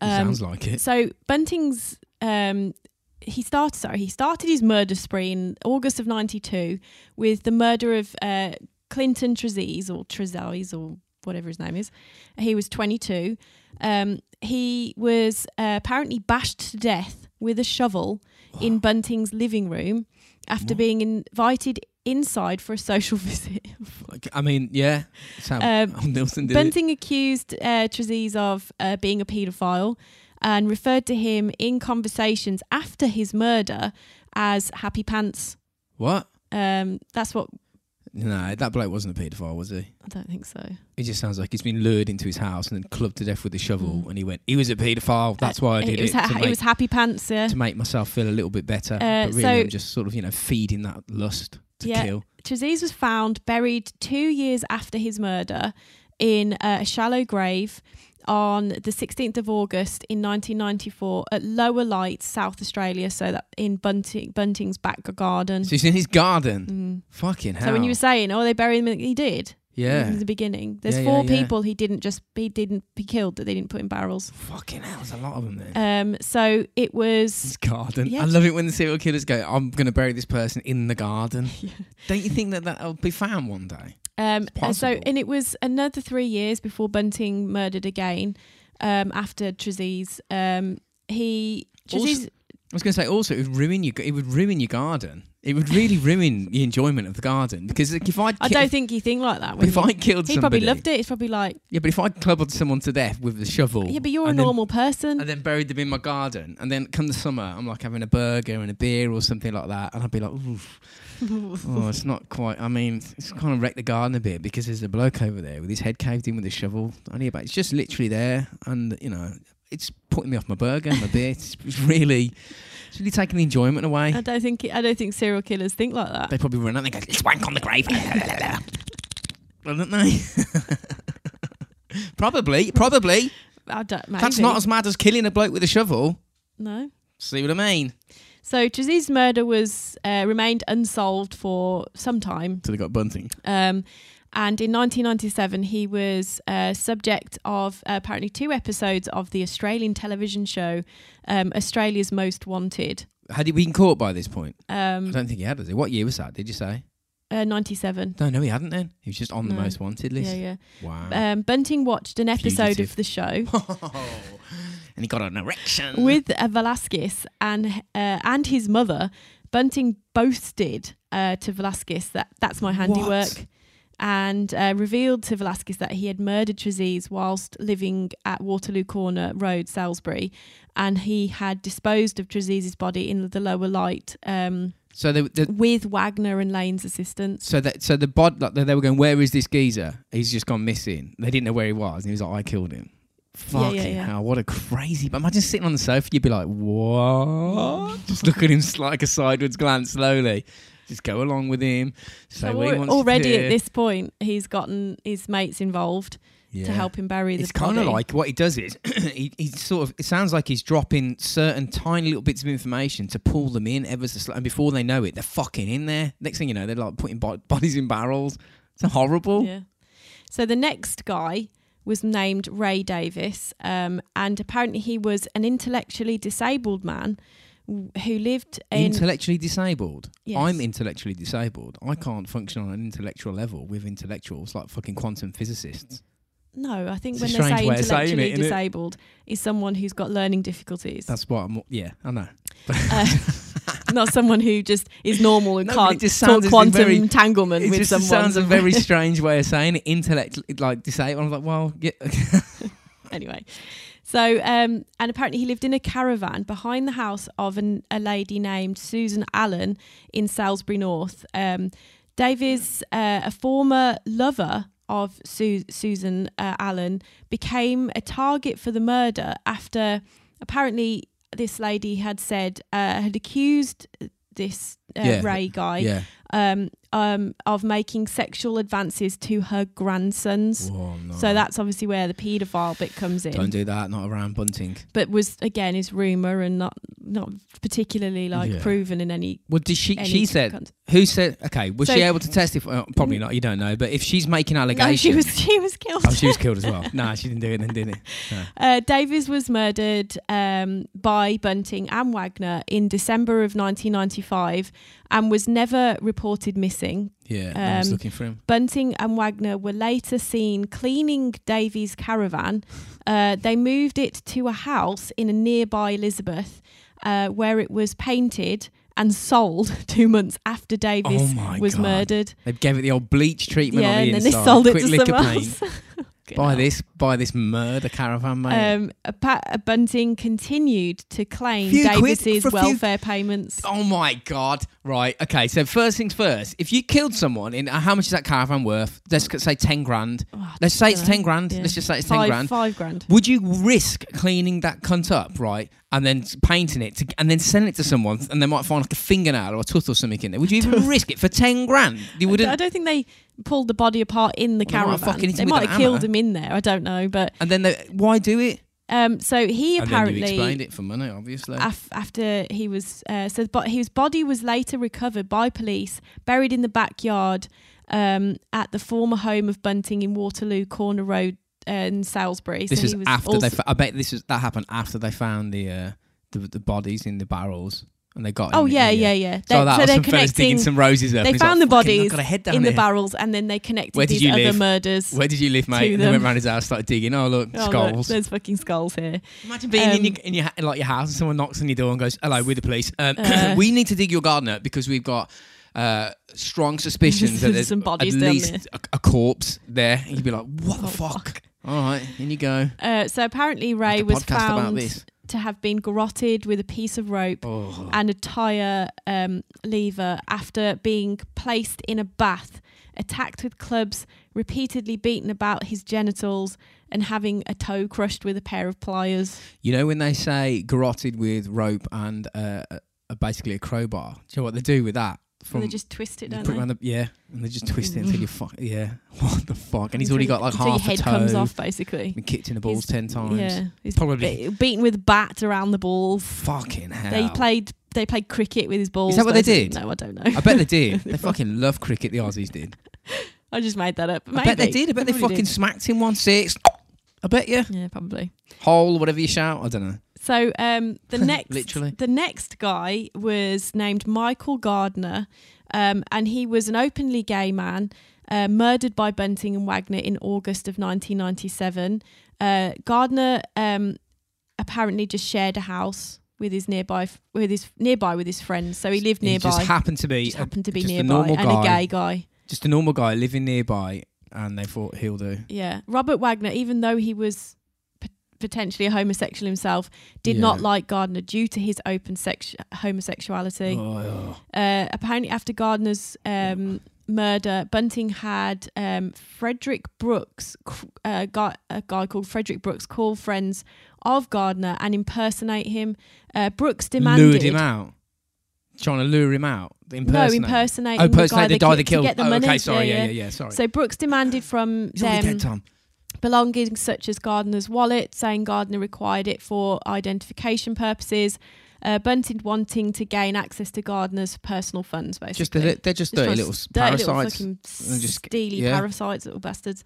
Um, sounds like it. so bunting's um he started sorry he started his murder spree in august of 92 with the murder of uh clinton trezise or trezise or whatever his name is he was 22 um he was uh, apparently bashed to death with a shovel in bunting's living room after What? being invited inside for a social (laughs) visit (sighs) Like, I mean, yeah, Sam Um, oh, Nilsson did it. Bunting accused uh, Trezise of uh, being a paedophile and referred to him in conversations after his murder as Happy Pants. What? Um, that's what No, that bloke wasn't a paedophile, was he? I don't think so. It just sounds like he's been lured into his house and then clubbed to death with a shovel. And he went, he was a paedophile. That's why I Oh, did it. it Mm. Uh, was, ha- to it make- was Happy Pants. Yeah. to make myself feel a little bit better. Uh, but really, so- I'm just sort of, you know, feeding that lust to Yeah. kill. Trezise was found buried two years after his murder in uh, a shallow grave on the 16th of August in 1994 at Lower Light, South Australia. So that in Bunting, Bunting's back garden. So he's in his garden. Mm. Fucking hell. So when you were saying, "Oh, they buried him," he did. yeah. in the beginning. There's Yeah, yeah, four yeah. people he didn't just he didn't be killed that they didn't put in barrels. Fucking hell, there's a lot of them there. Um, so it was his garden. yeah. I love it when the serial killers go, I'm going to bury this person in the garden. (laughs) Yeah. Don't you think that that'll be found one day? um, It's and so possible. and it was another three years before Bunting murdered again. Um, after Trezise, um, he Which Also- is I was going to say also it would ruin your it would ruin your garden. It would (laughs) really ruin the enjoyment of the garden because like, if I I don't think you think like that. but When if I killed he somebody probably loved it. He's probably like, yeah but if I clubbed someone to death with a shovel yeah, but you're a and then- normal person. and then buried them in my garden and then come the summer I'm like having a burger and a beer or something like that and I'd be like (laughs) Oof, oh it's not quite I mean it's kind of wrecked the garden a bit because there's a bloke over there with his head caved in with a shovel only about it's just literally there and you know it's putting me off my burger and my beer it's it's really it's really taking the enjoyment away I don't think I don't think serial killers think like that. They probably run out and they go, let's wank on the grave. (laughs) Wouldn't they? (laughs) probably, probably. I don't. Maybe. That's not as mad as killing a bloke with a shovel. no. See what I mean? So Jaziz's murder was uh, remained unsolved for some time, So they got bunting. um, and in 1997 he was uh, subject of uh, apparently two episodes of the Australian television show um, Australia's Most Wanted. Had he been caught by this point? I Um, don't think he had, has he? What year was that, did you say? uh, 97. No, no, he hadn't then. He was just on the No. most wanted list. Yeah, yeah. Wow. Um, Bunting watched an episode Fugitive. of the show (laughs) and he got an erection. Uh, with uh, Velasquez and uh, and his mother. Bunting boasted uh, to Velasquez that that's my handiwork, What? and uh, revealed to Velasquez that he had murdered Trezise whilst living at Waterloo Corner Road, Salisbury, and he had disposed of Trezise's body in the lower light um, so they, they, with Wagner and Lane's assistance. so that so the bod like they they were going, where is this geezer? He's just gone missing. They didn't know where he was, and he was like, I killed him. Yeah, Fucking yeah, yeah. hell! What a crazy. But imagine sitting on the sofa, you'd be like, what? (laughs) just look at him s- like a sideways glance slowly. Just go along with him. Say So what he al- wants already to do. at this point, he's gotten his mates involved Yeah. to help him bury the It's kind of body. like what he does is (clears throat) he, he sort of it sounds like he's dropping certain tiny little bits of information to pull them in ever so slow, and before they know it, they're fucking in there. Next thing you know, they're like putting bo- bodies in barrels. It's horrible. Yeah. So the next guy was named Ray Davis, um, and apparently he was an intellectually disabled man w- who lived in. intellectually disabled. Yes. I'm intellectually disabled. I can't function on an intellectual level with intellectuals like fucking quantum physicists. no, I think It's a when they strange say way of saying it, intellectually isn't it? disabled, is someone who's got learning difficulties, That's what I'm. Yeah, I know. uh, (laughs) not someone who just is normal and No, but it can't just talk sounds as if quantum very- entanglement It with just someone. (laughs) sounds a very strange way of saying it. Intellect like disabled. I'm like, well, yeah. anyway. So, um, and apparently he lived in a caravan behind the house of an, a lady named Susan Allen in Salisbury North. Um, Davies, uh, a former lover of Su- Susan uh, Allen, became a target for the murder after apparently this lady had said, uh, had accused this uh, Yeah. Ray guy yeah. um, um, of making sexual advances to her grandsons. Whoa, no. So that's obviously where the paedophile bit comes in. Don't do that. Not around bunting. but was again is rumor and not not particularly like Yeah. proven in any. Well, did she? any she said. con- Who said? Okay. Was So- she able to testify? Well, probably not. You don't know. But if she's making allegations, No, she was she was killed. (laughs) Oh, she was killed as well. nah, she didn't do it. Then did it? (laughs) Uh, Davies was murdered um, by Bunting and Wagner in December of 1995 and was never reported missing. Yeah. I was Um, looking for him. Bunting and Wagner were later seen cleaning Davies' caravan. Uh, they moved it to a house in a nearby Elizabeth uh, where it was painted and sold (laughs) two months after Davies Oh my was God. murdered. They gave it the old bleach treatment yeah, on the and then inside. they sold it Quick to lick of someone paint. else. (laughs) Fucking Buy hell. this, buy this murder caravan, mate. Um, a pa- a Bunting continued to claim Few quid Davis's for a few- welfare payments. oh my god! Right, okay. So first things first. If you killed someone, in uh, how much is that caravan worth? Let's c- say ten grand. Oh, Let's say it's dunno. ten grand. Yeah. Let's just say it's ten five, grand. Five grand. Would you risk cleaning that cunt up, right, and then s- painting it, to, and then selling it to someone, and they might find like a fingernail or a tooth or something in there? Would you (laughs) even risk it for ten grand? You wouldn't. I don't think they pulled the body apart in the Well, they might have caravan. fucking hit They him with might an have killed hammer. him in there. I don't know, but and then they, why do it? um, so he apparently and then you explained it for money, obviously. af- after he was uh, so but his body was later recovered by police buried in the backyard um, at the former home of bunting in waterloo corner road uh, in salisbury This so is he was after also- they. Fa- I bet this is that happened after they found the, uh, the the bodies in the barrels and they got. him Oh in yeah, the yeah, end. yeah. So, They- that so was some they're fellas digging connecting some roses up. they and he's like, found the "Fucking hell, bodies got a head down in the here." barrels, and then they connected Where did these you other live? murders. Where did you live, mate? And they them. went round his house, started digging. Oh look, Oh, look, skulls. there's fucking skulls here. Imagine being in, Um, your, in your in like your house and someone knocks on your door and goes, "Hello, we're the police. Um, Uh, (clears throat) we need to dig your garden up because we've got uh, strong suspicions (laughs) that there's Some bodies at down least a, a corpse there." And you'd be like, "What the Oh, fuck? fuck. All right, in you go. Uh, so apparently, Ray Make a was podcast about found this. to have been garroted with a piece of rope Oh, and a tire um, lever after being placed in a bath, attacked with clubs, repeatedly beaten about his genitals, and having a toe crushed with a pair of pliers. you know when they say garroted with rope and uh, a- a- basically a crowbar? Do you know what they do with that? And they From just twist you it, don't put they? it around the, yeah, and they just twist it until you fuck. Yeah, (laughs) what the fuck? And he's Mm. Until already you- got like until half your head a toe. comes off, basically. Been kicked in the balls He's- ten times. Yeah, he's Probably be- beaten with a bat around the balls. fucking hell. They played. They played cricket with his balls. that what they basically. did? No, I don't know. (laughs) I bet they did. they fucking love cricket. The Aussies did. (laughs) I just made that up. I bet they Maybe. did. I bet they Probably fucking did. smacked him one six. I bet you Yeah, probably. hole whatever you shout. I don't know. So um, (laughs) the next, Literally. the next guy was named Michael Gardner, um, and he was an openly gay man uh, murdered by Bunting and Wagner in August of 1997. Uh, Gardner um, apparently just shared a house with his nearby, f- with his nearby with his friends. So he lived nearby. Just happened to be Just happened to be just a nearby normal and a guy. gay guy. just a normal guy living nearby, and they thought he'll do. Yeah, Robert Wagner, even though he was p- potentially a homosexual himself, did not Yeah. like Gardner due to his open sex- homosexuality. Oh, Uh, apparently, after Gardner's um, murder, Bunting had um, Frederick Brooks, c- uh, guy, a guy called Frederick Brooks, call friends of Gardner and impersonate him. Uh, Brooks demanded lured him out. Trying to lure him out. no Impersonate. impersonate. oh, the guy impersonate they the guy ki- they to killed. get the oh, money. okay. Sorry. Yeah. Yeah. Yeah. sorry. So Brooks demanded from He's already them dead, Tom. belongings such as Gardner's wallet, saying Gardner required it for identification purposes. Uh, Bunting wanting to gain access to Gardner's personal funds, basically. Just they're, they're just dirty trying to little s- dirty little parasites. fucking and just- steely yeah. parasites, little bastards.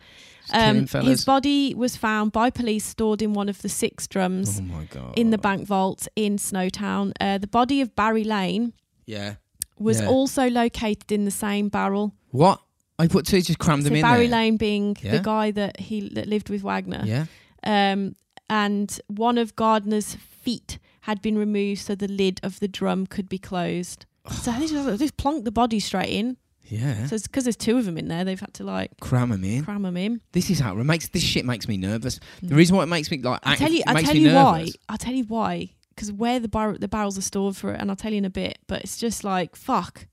Um, Just killing fellas. his body was found by police stored in one of the six drums oh my god. in the bank vault in Snowtown. Uh, the body of Barry Lane Yeah. was Yeah. also located in the same barrel. What? I put two. Just crammed So them in Barry there. Lane being the Yeah. guy that he that lived with Wagner. Yeah. um, and one of Gardner's feet had been removed so the lid of the drum could be closed. So they just, they just plonked the body straight in. Yeah. So because there's two of them in there, they've had to like cram them in. cram them in. This is how it makes this shit makes me nervous. The reason why it makes me like I tell you, it I makes tell me you why. nervous. I will tell you why. Because where the bar- the barrels are stored for it, and I'll tell you in a bit. But it's just like fuck.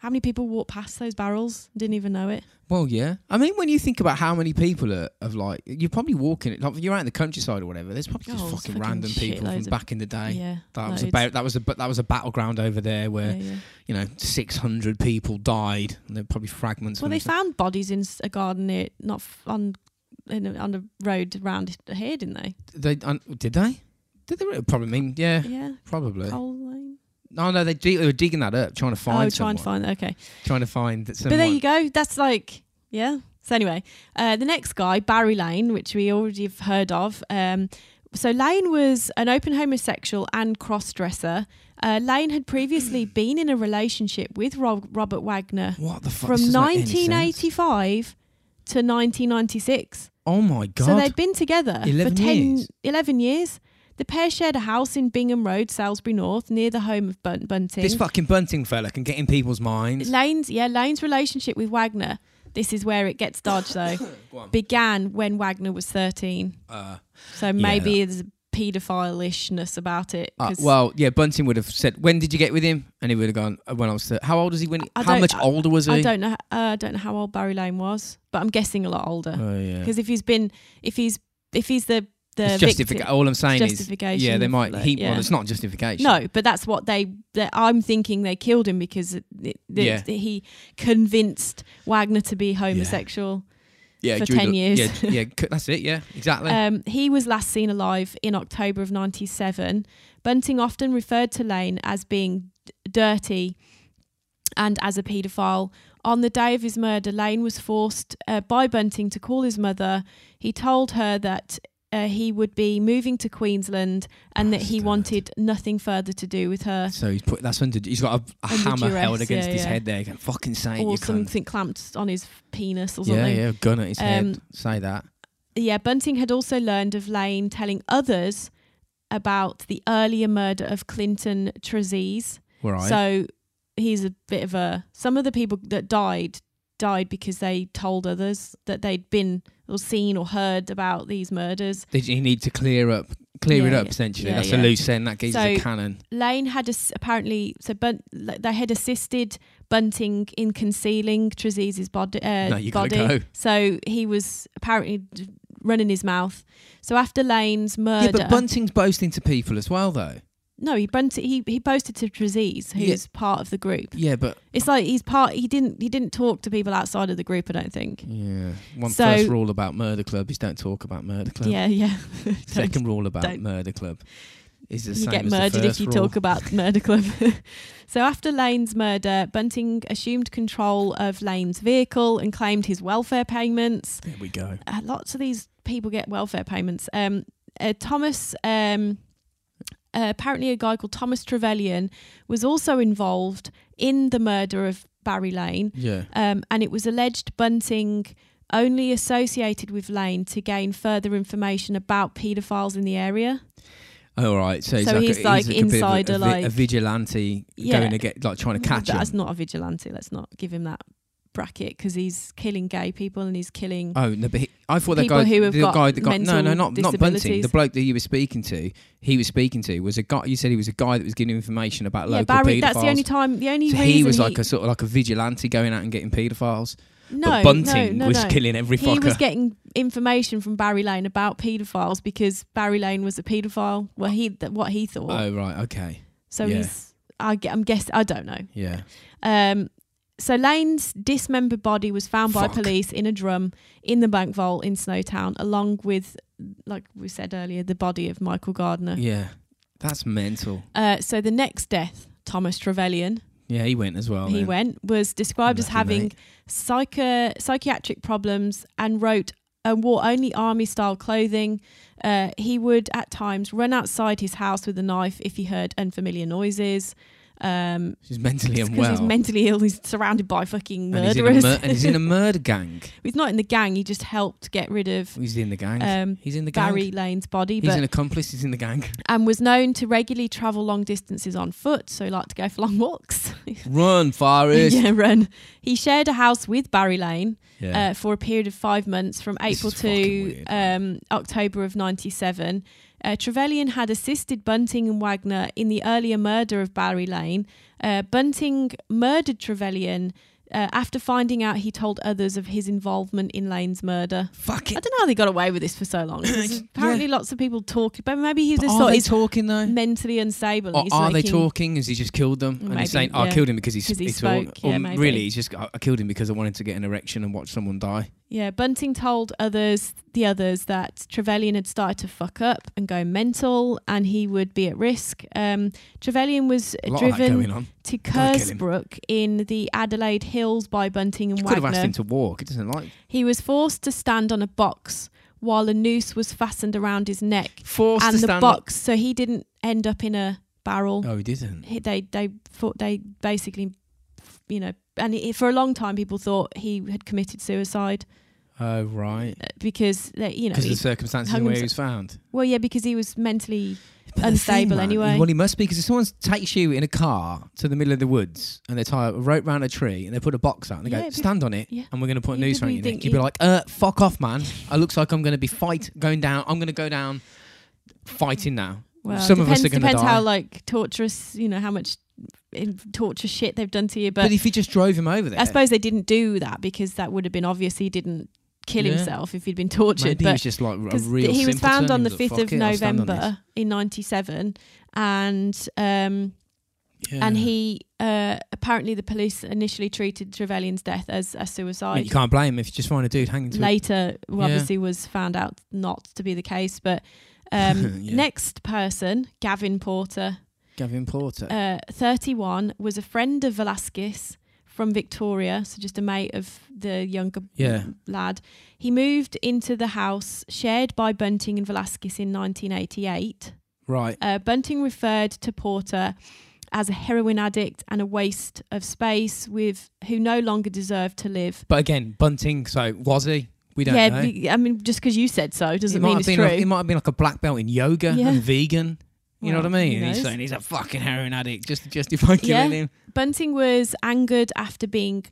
How many people walked past those barrels? Didn't even know it. Well, yeah. I mean, when you think about how many people are of like, you're probably walking it. Like, you're out in the countryside or whatever. There's probably just Oh, fucking, fucking random people shitloads from of- back in the day. yeah. That was loads. about that was a but that was a battleground over there where Yeah, yeah. you know 600 people died and there were probably fragments. Well, from they it. found bodies in s- a garden near, not f- on in a, on the road around here, didn't they? They un- did they? Did they really? probably mean yeah, Yeah, probably. coal lane. No, no, they, dig- they were digging that up, trying to find oh, try someone, and find. Okay, trying to find that but someone. there you go. That's like yeah. So anyway, uh, the next guy, Barry Lane, which we already have heard of. Um, so Lane was an open homosexual and cross-dresser. Uh, Lane (clears throat) had previously been in a relationship with Rob- Robert Wagner What the fuck? from This doesn't make any sense. 1985 to 1996. Oh my god! So they'd been together 11 for 10, years. 11 years. The pair shared a house in Bingham Road, Salisbury North, near the home of Bun- Bunting. This fucking bunting fella can get in people's minds. Lane's yeah, Lane's relationship with Wagner. This is where it gets (laughs) dodged though. began when Wagner was thirteen. Uh, So maybe there's a paedophile-ishness about it. uh, 'cause well, yeah, Bunting would have said, "When did you get with him?" And he would have gone, "Uh, "When I was." Th- how old was he? When? I how don't- much I- older was he? I don't know. Uh, I don't know how old Barry Lane was, but I'm guessing a lot older. Oh yeah. Because if he's been, if he's, if he's the the It's victim, justifica- all I'm saying is, justification. yeah, they might. of, he, like, yeah. Well, it's not justification. No, but that's what they. that I'm thinking they killed him because it, it- that Yeah. he convinced Wagner to be homosexual. Yeah, for during 10 the- years. Yeah, yeah, c- that's it. Yeah, exactly. Um, he was last seen alive in October of '97. Bunting often referred to Lane as being d- dirty and as a paedophile. On the day of his murder, Lane was forced uh, by Bunting to call his mother. He told her that uh, he would be moving to Queensland and that he Bastard. wanted nothing further to do with her So he's put that's under. He's got a, a Under hammer duress, held against yeah, his yeah. head there. Going, Fucking say it, you or cunt. something clamped on his penis or something. Yeah, yeah, gun at his head. Um, Say that. Yeah, Bunting had also learned of Lane telling others about the earlier murder of Clinton Trezise. All right. So he's a bit of a. Some of the people that died died because they told others that they'd been or seen or heard about these murders. Did you need to clear up? Clear it Yeah, up yeah. essentially. Yeah, that's a yeah. loose end. That gives us a So- cannon. Lane had ass- apparently so Bun- like, they had assisted Bunting in concealing Trezise's body. Uh, No, you gotta body. go. So he was apparently d- running his mouth. So after Lane's murder, Yeah, but Bunting's boasting to people as well, though. No, he bunted, he he posted to Trezise, Yeah. who's part of the group. Yeah, but It's like he's part. He didn't he didn't talk to people outside of the group. I don't think. yeah. One first So- rule about Murder Club is don't talk about Murder Club. Yeah, yeah. Don't- Second rule about don't. Murder Club is the you same get as the murdered if first you rule. talk about murder (laughs) club. (laughs) so after Lane's murder, Bunting assumed control of Lane's vehicle and claimed his welfare payments. There we go. Uh, lots of these people get welfare payments. Um, uh, Thomas, um, uh, apparently a guy called Thomas Trevelyan, was also involved in the murder of Barry Lane. Yeah. um, and it was alleged Bunting only associated with Lane to gain further information about paedophiles in the area. Oh, All right. So, So he's he's like, a, like he's a bit of a- insider, a, vi- a like- vigilante Yeah. going to get like trying to catch him. That's not a vigilante. Let's not give him that bracket because he's killing gay people and he's killing. Oh no! But he, I thought that People guy, who have the got guy that got no, no, mental not not Bunting. The disabilities. bloke that you were speaking to, he was speaking to was a guy. You said he was a guy that was giving information about yeah, local Barry. paedophiles. That's the only time. The only so reason he was like a sort of like a vigilante going out and getting paedophiles. no, but Bunting no, no, was no. killing every He fucker. was getting information from Barry Lane about paedophiles because Barry Lane was a paedophile. Well, he th- what he thought. oh right, okay, so yeah. he's. I, gue- I'm guess. I don't know. yeah. Um, so Lane's dismembered body was found Fuck. by police in a drum in the bank vault in Snowtown, along with, like we said earlier, the body of Michael Gardner. Yeah, that's mental. Uh, so the next death, Thomas Trevelyan, Oh, Yeah, he went as well. he then. went, was described as Lucky having mate. psycho- psychiatric problems and wrote and wore only army style clothing. Uh, he would at times run outside his house with a knife if he heard unfamiliar noises. Um, He's mentally because unwell. he's mentally ill, he's surrounded by fucking and he's, murderers. in a mur- and he's in a murder gang. he's not in the gang. He just helped get rid of He's in the gang. um, he's in the gang. Barry Lane's body, he's but an accomplice. He's in the gang. (laughs) and was known to regularly travel long distances on foot. So he liked to go for long walks. (laughs) Run, Forrest. yeah, run. He shared a house with Barry Lane Yeah. uh, for a period of five months, from This April is fucking to weird, um, October of '97. Uh, Trevelyan had assisted Bunting and Wagner in the earlier murder of Barry Lane. Uh, Bunting murdered Trevelyan. Uh, after finding out, he told others of his involvement in Lane's murder. Fuck I it. don't know how they got away with this for (clears throat) so long. 'cause apparently, lots of people talk, but maybe he But just Are thought they he's talking though? mentally unstable. and Or he's are they making- talking? Has he just killed them? And Maybe, he's saying, "Oh, I yeah. killed him because he, s- 'Cause he talked." spoke, yeah, or maybe. really, he's just, I I killed him because I wanted to get an erection and watch someone die. Yeah, Bunting told others, the others, that Trevelyan had started to fuck up and go mental, and he would be at risk. Um, Trevelyan was A lot of that driven going on. to Gotta kill him. Kersbrook in the Adelaide Hills by Bunting and You could have Wagner. asked him to walk. He doesn't like. He was forced to stand on a box while a noose was fastened around his neck Forced and to the stand box, so he didn't end up in a barrel. Up. Oh, he didn't. he, they they thought they basically you know and it, for a long time people thought he had committed suicide Oh, right. uh, because they, you know Because of the he, circumstances in hung where he was himself- found. well yeah because he was mentally But the Unstable man, anyway. Well, he must be because if someone takes you in a car to the middle of the woods and they tie a rope round a tree and they put a box out and they Yeah, go, it'd be- "Stand on it," yeah. and we're going to put a You'd noose around probably your think neck, you'd be he'd- like, "Uh, fuck off, man! It looks like I'm going to be fight going down. I'm going to go down fighting now." well Some of us depends, are gonna depends how die. like torturous you know how much in, torture shit they've done to you But, but, if you just drove him over there, I suppose they didn't do that because that would have been obvious he didn't kill Yeah. himself if he'd been tortured Maybe he but was just like a because real he was simpleton found on and the he 5th was like, of "Fuck it, I'll stand on November in 97 and um this." Yeah. And he uh, apparently the police initially treated Trevelyan's death as a I mean, you suicide. can't blame him if you just find a dude hanging to a Later, well, Yeah. obviously, was found out not to be the case. But (laughs) um, Yeah. next person, Gavin Porter, Gavin Porter. uh, 31, was a friend of Velasquez from Victoria, so just a mate of the younger Yeah. lad. He moved into the house shared by Bunting and Velasquez in 1988. Right. Uh, Bunting referred to Porter as a heroin addict and a waste of space with who no longer deserved to live. But again, Bunting. So was he? We don't yeah, know. be- I mean, just because you said so doesn't He might mean have it's been true. like- he might have been like a black belt in yoga Yeah. and vegan. You know Well, what I mean? And who he's knows? saying he's a fucking heroin addict just to justify Yeah. killing him. Bunting was angered after being.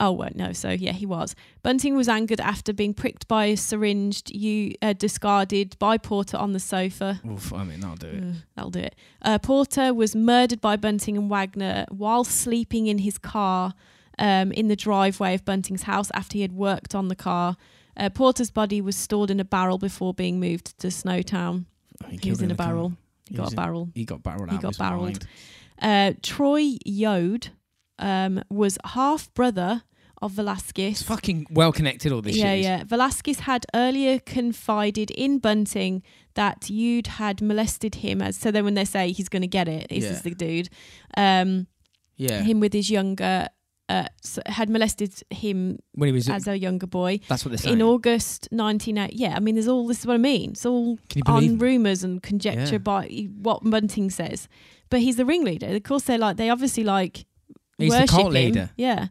Oh, well, no. So, yeah, he was. Bunting was angered after being pricked by a syringed, you, uh, discarded by Porter on the sofa. Oof, I mean, I'll do it. Ugh, Mm, that'll do it. Uh, Porter was murdered by Bunting and Wagner while sleeping in his car um, in the driveway of Bunting's house after he had worked on the car. Uh, Porter's body was stored in a barrel before being moved to Snowtown. He killed was him in a the car. barrel. He He got was a in- barrel. He got barreled He out. got of his barreled. mind. Uh, Troy Yode um, was half brother of Velasquez. It's fucking well connected. All this yeah, shit. is. yeah. Velasquez had earlier confided in Bunting that Yud had molested him. As so, then when they say he's going to get it, this Yeah. is the dude. Um, yeah. Him with his younger, uh, s had molested him When he was. as a younger boy that's what they're saying. in August 1980. Yeah, I mean, there's all this is what I mean. It's all Can you believe? on it? rumours and conjecture Yeah. by what Bunting says. But he's the ringleader. Of course, they like they obviously like He's the worship cult him. leader. Yeah.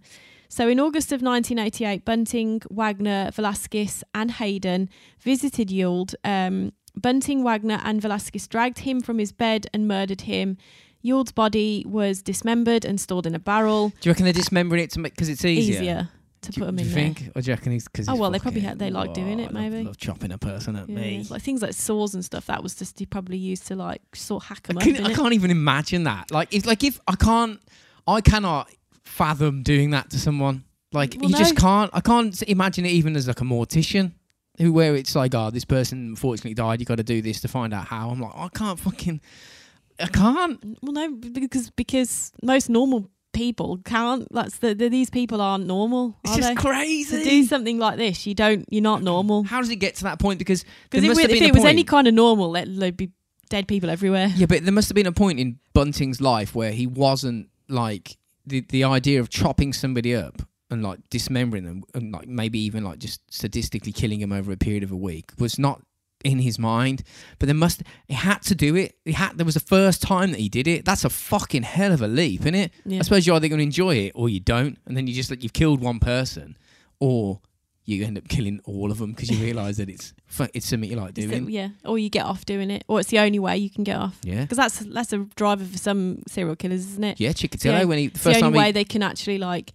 So in August of 1988, Bunting, Wagner, Velasquez, and Hayden visited Yuld. Um, Bunting, Wagner, and Velasquez dragged him from his bed and murdered him. Yuld's body was dismembered and stored in a barrel. Do you reckon they're dismembering it to make because it's easier? Easier, to Do, put you- him do in you there. think? Or do you reckon he's because Oh, well, they probably had- they like doing it, maybe." love, love chopping a person at Yeah, me. it's like things like saws and stuff. That was just you probably used to like sort of hack I, them up. couldn't- I innit? can't even imagine that. Like, if like if I can't, I cannot fathom doing that to someone. Like, Well, you just no. can't. I can't imagine it even as like a mortician, who where it's like, oh, this person unfortunately died. You got to do this to find out how. I'm like, I can't fucking, I can't. Well, no, because because most normal people can't. That's the, the these people aren't normal. It's are just they? crazy. to do something like this, you don't. You're not normal. how does it get to that point? Because there Because if, must we- have if been it a was point. any kind of normal, there- there'd be dead (laughs) people everywhere. Yeah, but there must have been a point in Bunting's life where he wasn't like the the idea of chopping somebody up and like dismembering them and like maybe even like just sadistically killing him over a period of a week was not in his mind. But there must he had to do it. He had there was the first time that he did it. That's a fucking hell of a leap, isn't it? Yeah. I suppose you're either going to enjoy it or you don't, and then you just like you've killed one person, or you end up killing all of them because (laughs) you realise that it's fu- it's something you like Is doing. that- yeah, or you get off doing it, or it's the only way you can get off. (laughs) yeah. Because that's that's a driver for some serial killers, isn't it? Yeah, Chikatilo Yeah. when he the It's first the time only he way they can actually like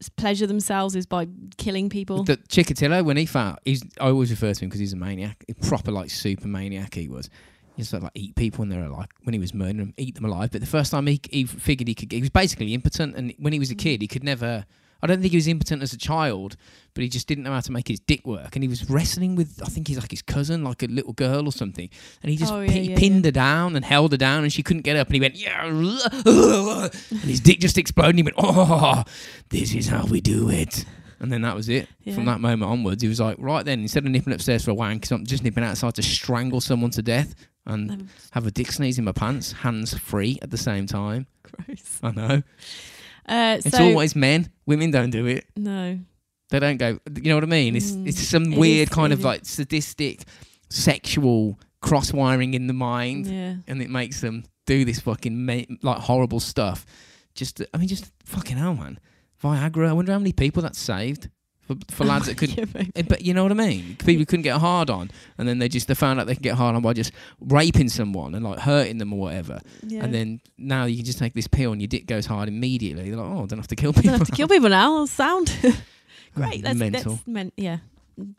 s- pleasure themselves is by killing people. That Chikatilo, when he found, he's I always refer to him because he's a maniac, a proper like super maniac. He was. He used to like eat people when they were like when he was murdering them, eat them alive. But the first time he he figured he could, he was basically impotent. And when he Mm. was a kid, he could never. I don't think he was impotent as a child, but he just didn't know how to make his dick work. And he was wrestling with, I think he's like his cousin, like a little girl or something. And he just Oh, pi yeah, he yeah, pinned her down and held her down, and she couldn't get up. And he went, yeah, (laughs) and his dick just exploded. And he went, oh, this is how we do it. And then that was it. Yeah. From that moment onwards, he was like, right then, instead of nipping upstairs for a wank, I'm just nipping outside to strangle someone to death (laughs) and Um, have a dick sneeze in my pants, hands free at the same time. gross. I know. Uh, It's so always men. Women don't do it. no. They don't go, you know what I mean? It's, Mm. it's some It weird is- kind it of is. like sadistic, sexual cross wiring in the mind. Yeah. And it makes them do this fucking ma- like horrible stuff. Just, I mean, just fucking hell, man. Viagra. I wonder how many people that saved for, for lads (laughs) that couldn't Yeah, maybe. Eh, But you know what I mean? People who couldn't get hard on, and then they just they found out they can get hard on by just raping someone and like hurting them or whatever. Yeah. And then now you can just take this pill and your dick goes hard immediately. They're like, oh, I don't have to kill I people. Mm, don't have to kill people now. I'll sound great. That's mental. That's men- yeah,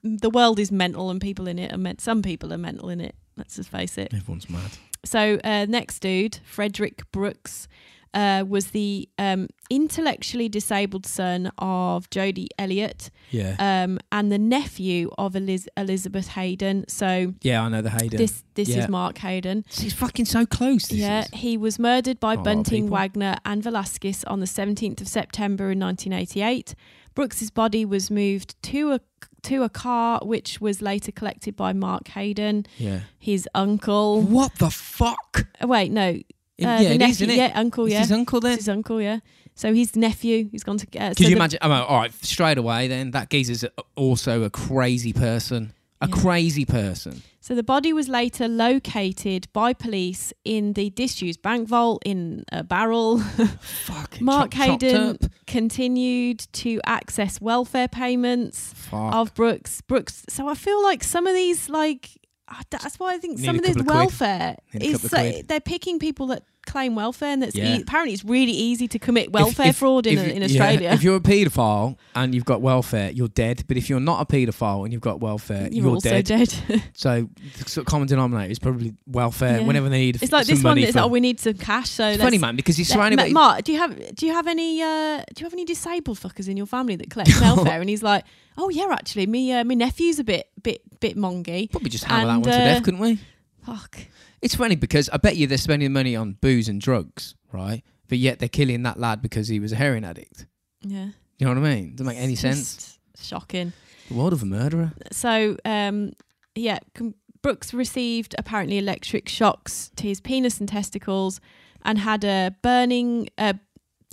the world is mental, and people in it are meant. Some people are mental in it. Let's just face it. Everyone's mad. So uh, next dude, Frederick Brooks, uh, was the um, intellectually disabled son of Jody Elliott Yeah, um, and the nephew of Eliz- Elizabeth Hayden. So yeah, I know the Hayden. this this Yeah. is Mark Hayden. He's fucking so close. This Yeah, is. he was murdered Not by a lot of Bunting, people. Wagner, and Velasquez on the 17th of September in 1988. Brooks's body was moved to a to a car, which was later collected by Mark Hayden, yeah. his uncle. What the fuck? Oh, wait, no, uh, yeah, the it nephew, is, isn't it? yeah, uncle, It's Oh, yeah, his uncle It's then. his uncle, yeah. So his nephew, he's gone to uh, get. Could you imagine? I'm all right, straight away then. That geezer's a- also a crazy person. A Yeah. crazy person. So the body was later located by police in the disused bank vault in a barrel. (laughs) Fucking Mark chop- chopped Hayden up. continued to access welfare payments Fuck. of Brooks. Brooks. So I feel like some of these, like I d- that's why I think Need some a of this couple of quid. welfare Need a is couple of so, quid. they're picking people that claim welfare, and that's Yeah. e- apparently it's really easy to commit welfare If- if- fraud in, if- a, in yeah, Australia. (laughs) if you're a paedophile and you've got welfare, you're dead. But if you're not a paedophile and you've got welfare, You're you're, also dead. dead. (laughs) So the sort of common denominator is probably welfare. Yeah. Whenever they need, it's like some this one money that's for- like, oh, we need some cash. So It's let's funny, man, because you're Let- surrounded Ma- by Mark, do you have do you have any uh, do you have any disabled fuckers in your family that collect (laughs) welfare? and he's like, oh yeah, actually, me uh, my nephew's a bit bit bit mongy. probably just hammer and, that one to uh, death, couldn't we? Fuck. It's funny because I bet you they're spending money on booze and drugs, right? But yet they're killing that lad because he was a heroin addict. Yeah. You know what I mean? Doesn't make any It's (laughs) sense. just Shocking. The world of a murderer. So um, yeah, com- Brooks received apparently electric shocks to his penis and testicles, and had a burning uh,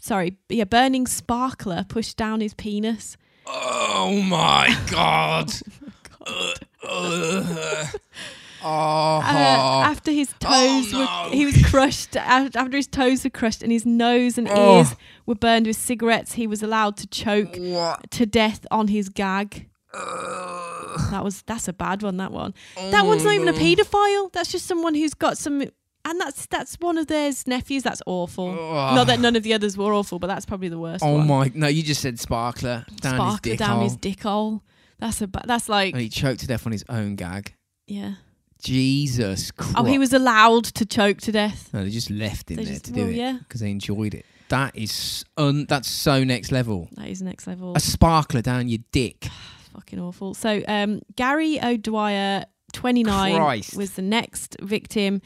sorry yeah burning sparkler pushed down his penis. Oh my (laughs) god. Uh, uh, (laughs) oh. Uh, after his toes no. were he was crushed af- after his toes were crushed and his nose and Oh. ears were burned with cigarettes he was allowed to choke What? to death on his gag Uh, that was that's a bad one that one that one's not even a Mm-hmm. pedophile that's just someone who's got some and that's that's one of their nephews that's awful Oh. not that none of the others were awful but that's probably the worst oh one. my! No, you just said sparkler down his sparkler dick down hole, his dick hole that's a ba- that's like and he choked to death on his own gag. yeah Jesus Christ! oh he was allowed to choke to death No, they just left him They there just- to do well, it yeah. because they enjoyed it. That is un. That's so next level. that is next level A sparkler down your dick. fucking awful. So um, Gary O'Dwyer, 29, Christ. was the next victim.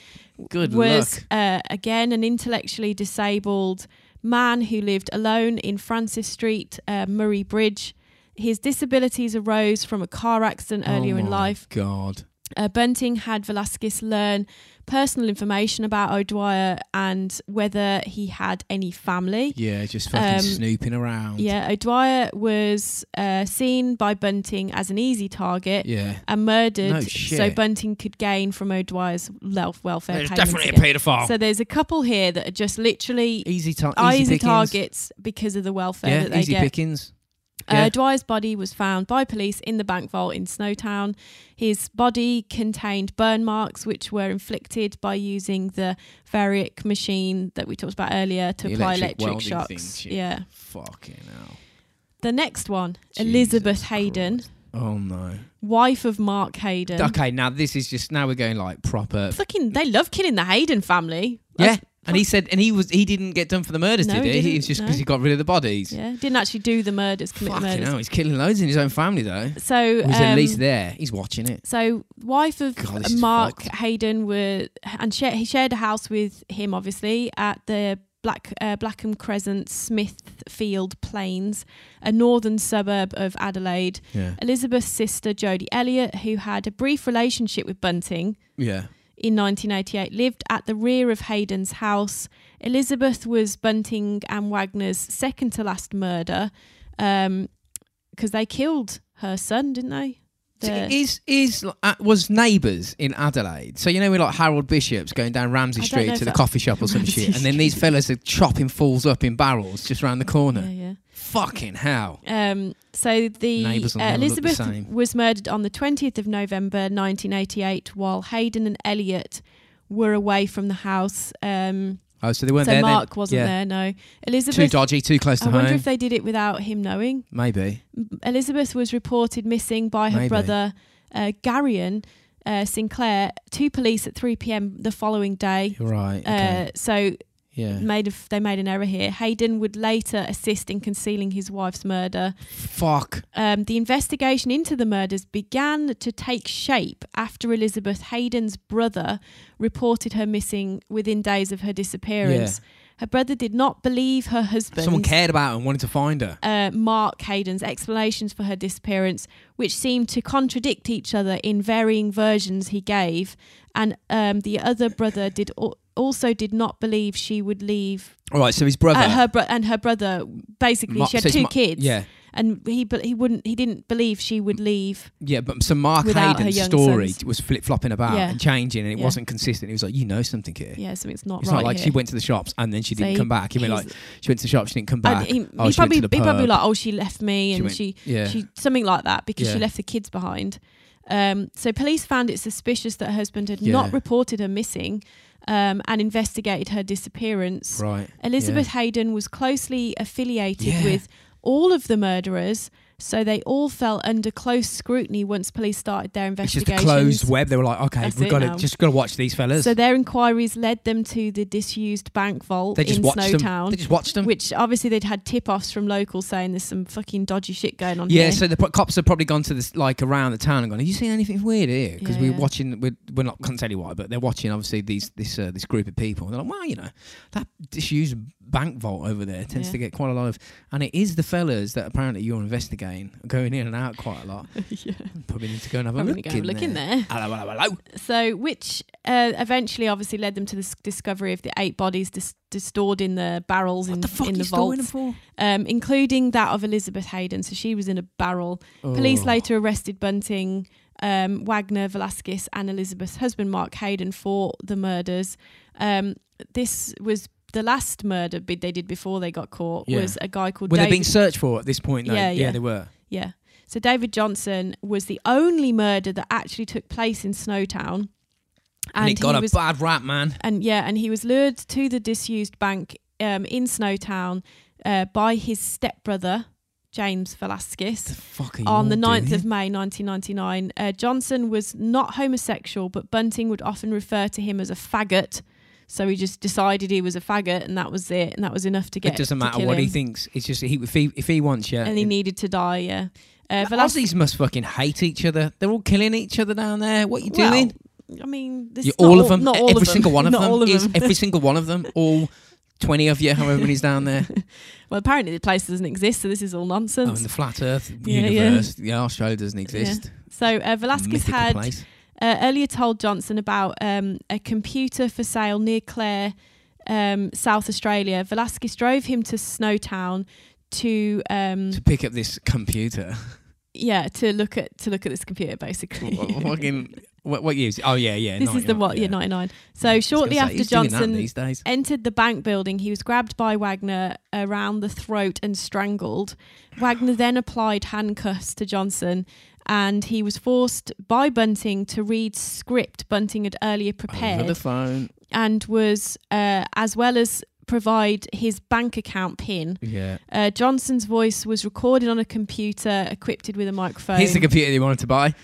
Good was luck. uh, again an intellectually disabled man who lived alone in Francis Street, uh, Murray Bridge. His disabilities arose from a car accident earlier Oh in my life. God. Uh, Bunting had Velasquez learn personal information about O'Dwyer and whether he had any family. Yeah, just fucking Um, snooping around. Yeah, O'Dwyer was uh, seen by Bunting as an easy target Yeah. and murdered No so shit. Bunting could gain from O'Dwyer's lelf- welfare There's payments. definitely a again. paedophile. So there's a couple here that are just literally Oh. easy, tar- are easy easy pickings. targets because of the welfare Yeah, that they easy get. pickings. Uh, yeah. O'Dwyer's body was found by police in the bank vault in Snowtown. His body contained burn marks which were inflicted by using the variac machine that we talked about earlier to The apply electric electric welding thing shocks. shit. yeah. Fucking hell. The next one, Jesus Elizabeth Hayden, Christ. Oh no. wife of Mark Hayden. Okay, now this is just now we're going like proper. Fucking, they love killing the Hayden family. Yeah. And he said, and he was he didn't get done for the murders, No, did he he? He didn't, was just no. because he got rid of the bodies. Yeah, didn't actually do the murders, commit Fucking murders. hell, he's killing loads in his own family though. So, He's at um, least there. He's watching it. so wife of God, this is Mark fucked. Hayden were and share, he shared a house with him, obviously, at the Black uh, Blackham Crescent, Smithfield Plains, a northern suburb of Adelaide. Yeah. Elizabeth's sister Jodie Elliott, who had a brief relationship with Bunting, Yeah. in 1988 lived at the rear of Hayden's house. Elizabeth was Bunting and Wagner's second to last murder because they killed her son, didn't they? So The- it E? is is like, uh, was neighbours in Adelaide. So you know we're like Harold Bishop's going down Ramsey I don't know Street if to the that- coffee shop or some Ramsey shit, and then these fellas are chopping fools up in barrels just round the corner. yeah, yeah. Fucking hell! Um, so the Neighbours will uh, never look the Elizabeth same. was murdered on the 20th of November 1988 while Hayden and Elliot were away from the house. Um, Oh, so they weren't so there. Mark then. wasn't Yeah. there, no. Too Elizabeth, dodgy, too close I to wonder home. if they did it without him knowing. Maybe. Elizabeth was reported missing by her Maybe. brother uh, Garyon uh, Sinclair to police at 3 p.m. the following day. You're right. Okay. Uh, so yeah. made a f- they made an error here. Hayden would later assist in concealing his wife's murder. Fuck. Um, the investigation into the murders began to take shape after Elizabeth Hayden's brother reported her missing within days of her disappearance. Her brother did not believe her husband Someone cared about her and wanted to find her. uh, Mark Hayden's explanations for her disappearance, which seemed to contradict each other in varying versions he gave. And um, the other brother did al- also did not believe she would leave All right, so his brother. uh, her bro- and her brother. Basically, Ma- she had so it's two Ma- kids. Yeah, and he but he wouldn't he didn't believe she would leave. yeah, but so Mark Without her Hayden's young story sons. was flip flopping about Yeah. and changing, and it Yeah. wasn't consistent. He was like, "You know something here." Yeah, something's not It's right. not like here. she went to the shops and then she So didn't he- come back. He went he's- like she went to the shops, she didn't come And back. he, oh, he she went probably to the he probably pub. like oh she left me She and went- she yeah. she something like that because she Yeah. left the kids behind. Um, so police found it suspicious that her husband had Yeah. not reported her missing um, and investigated her disappearance. right. Elizabeth Hayden was closely affiliated Yeah. with all of the murderers, so they all fell under close scrutiny once police started their It's just a investigations. closed web. They were like, okay, That's we've it got to now. just got to watch these fellas. So their inquiries led them to the disused bank vault they just in watched them. Snowtown. They just watched them. Which obviously they'd had tip offs from locals saying there's some fucking dodgy shit going on Yeah, here. so the pro- cops have probably gone to this like around the town and gone, "Have you seen anything weird here?" Because Yeah, we're yeah. watching, we're, we're not can't tell you why, but they're watching obviously these this uh, this group of people. And they're like, "Well, you know, that disused bank vault over there tends Yeah. to get quite a lot of," and it is the fellas that apparently you're investigating going in and out quite a lot. (laughs) yeah. Probably need to go and have a I'm gonna look, go have in, a look there. in there. Hello, hello, hello. So, which uh, eventually obviously led them to the s- discovery of the eight bodies dis- dis- stored in the barrels in, What the fuck in are you the storing them vaults, for? um, including that of Elizabeth Hayden. So she was in a barrel. Police Oh. later arrested Bunting, um, Wagner, Velasquez, and Elizabeth's husband Mark Hayden for the murders. Um, this was the last murder bid they did before they got caught. Yeah. Was a guy called Were they David. being searched for at this point? Though? Yeah, yeah. they were. Yeah. So David Johnson was the only murder that actually took place in Snowtown. And, it got he a was, bad rap, man. and yeah, and he was lured to the disused bank um, in Snowtown uh, by his stepbrother, James Velasquez. Fuck are you On the all 9th doing? of May 1999, uh, Johnson was not homosexual, but Bunting would often refer to him as a faggot. So he just decided he was a faggot, and that was it, and that was enough to get. It doesn't to matter kill what he him. thinks. uh, It's just he, if he if he wants, yeah. and he needed to die. Yeah, uh, The Aussies must fucking hate each other. They're all killing each other down there. What you Well, doing? I mean, this You is not all of them. Not all every of them. single one of (laughs) Not them. all of is, them. Every single one of (laughs) them. All twenty of you, however many's down there. well, apparently the place doesn't exist, so this is all Oh, and nonsense. the flat Earth (laughs) Yeah, yeah. universe. The yeah, Australia doesn't exist. so uh, Velasquez Mythical had place. uh, earlier told Johnson about um, a computer for sale near Clare, um, South Australia. Velasquez drove him to Snowtown to um, to pick up this computer. (laughs) (laughs) yeah to look at to look at this computer basically. fucking what, what year? is it? Oh yeah, yeah. (laughs) this is the 99, what yeah. I was 99. So gonna shortly say, after who's doing that Johnson these days. entered the bank building, he was grabbed by Wagner around the throat and strangled. Wagner then applied handcuffs to Johnson and he was forced by Bunting to read script Bunting had earlier Over the prepared phone. and was, uh, as well as provide his bank account pin. Yeah. Uh, Johnson's voice was recorded on a computer equipped with a microphone. Here's the computer you wanted to buy.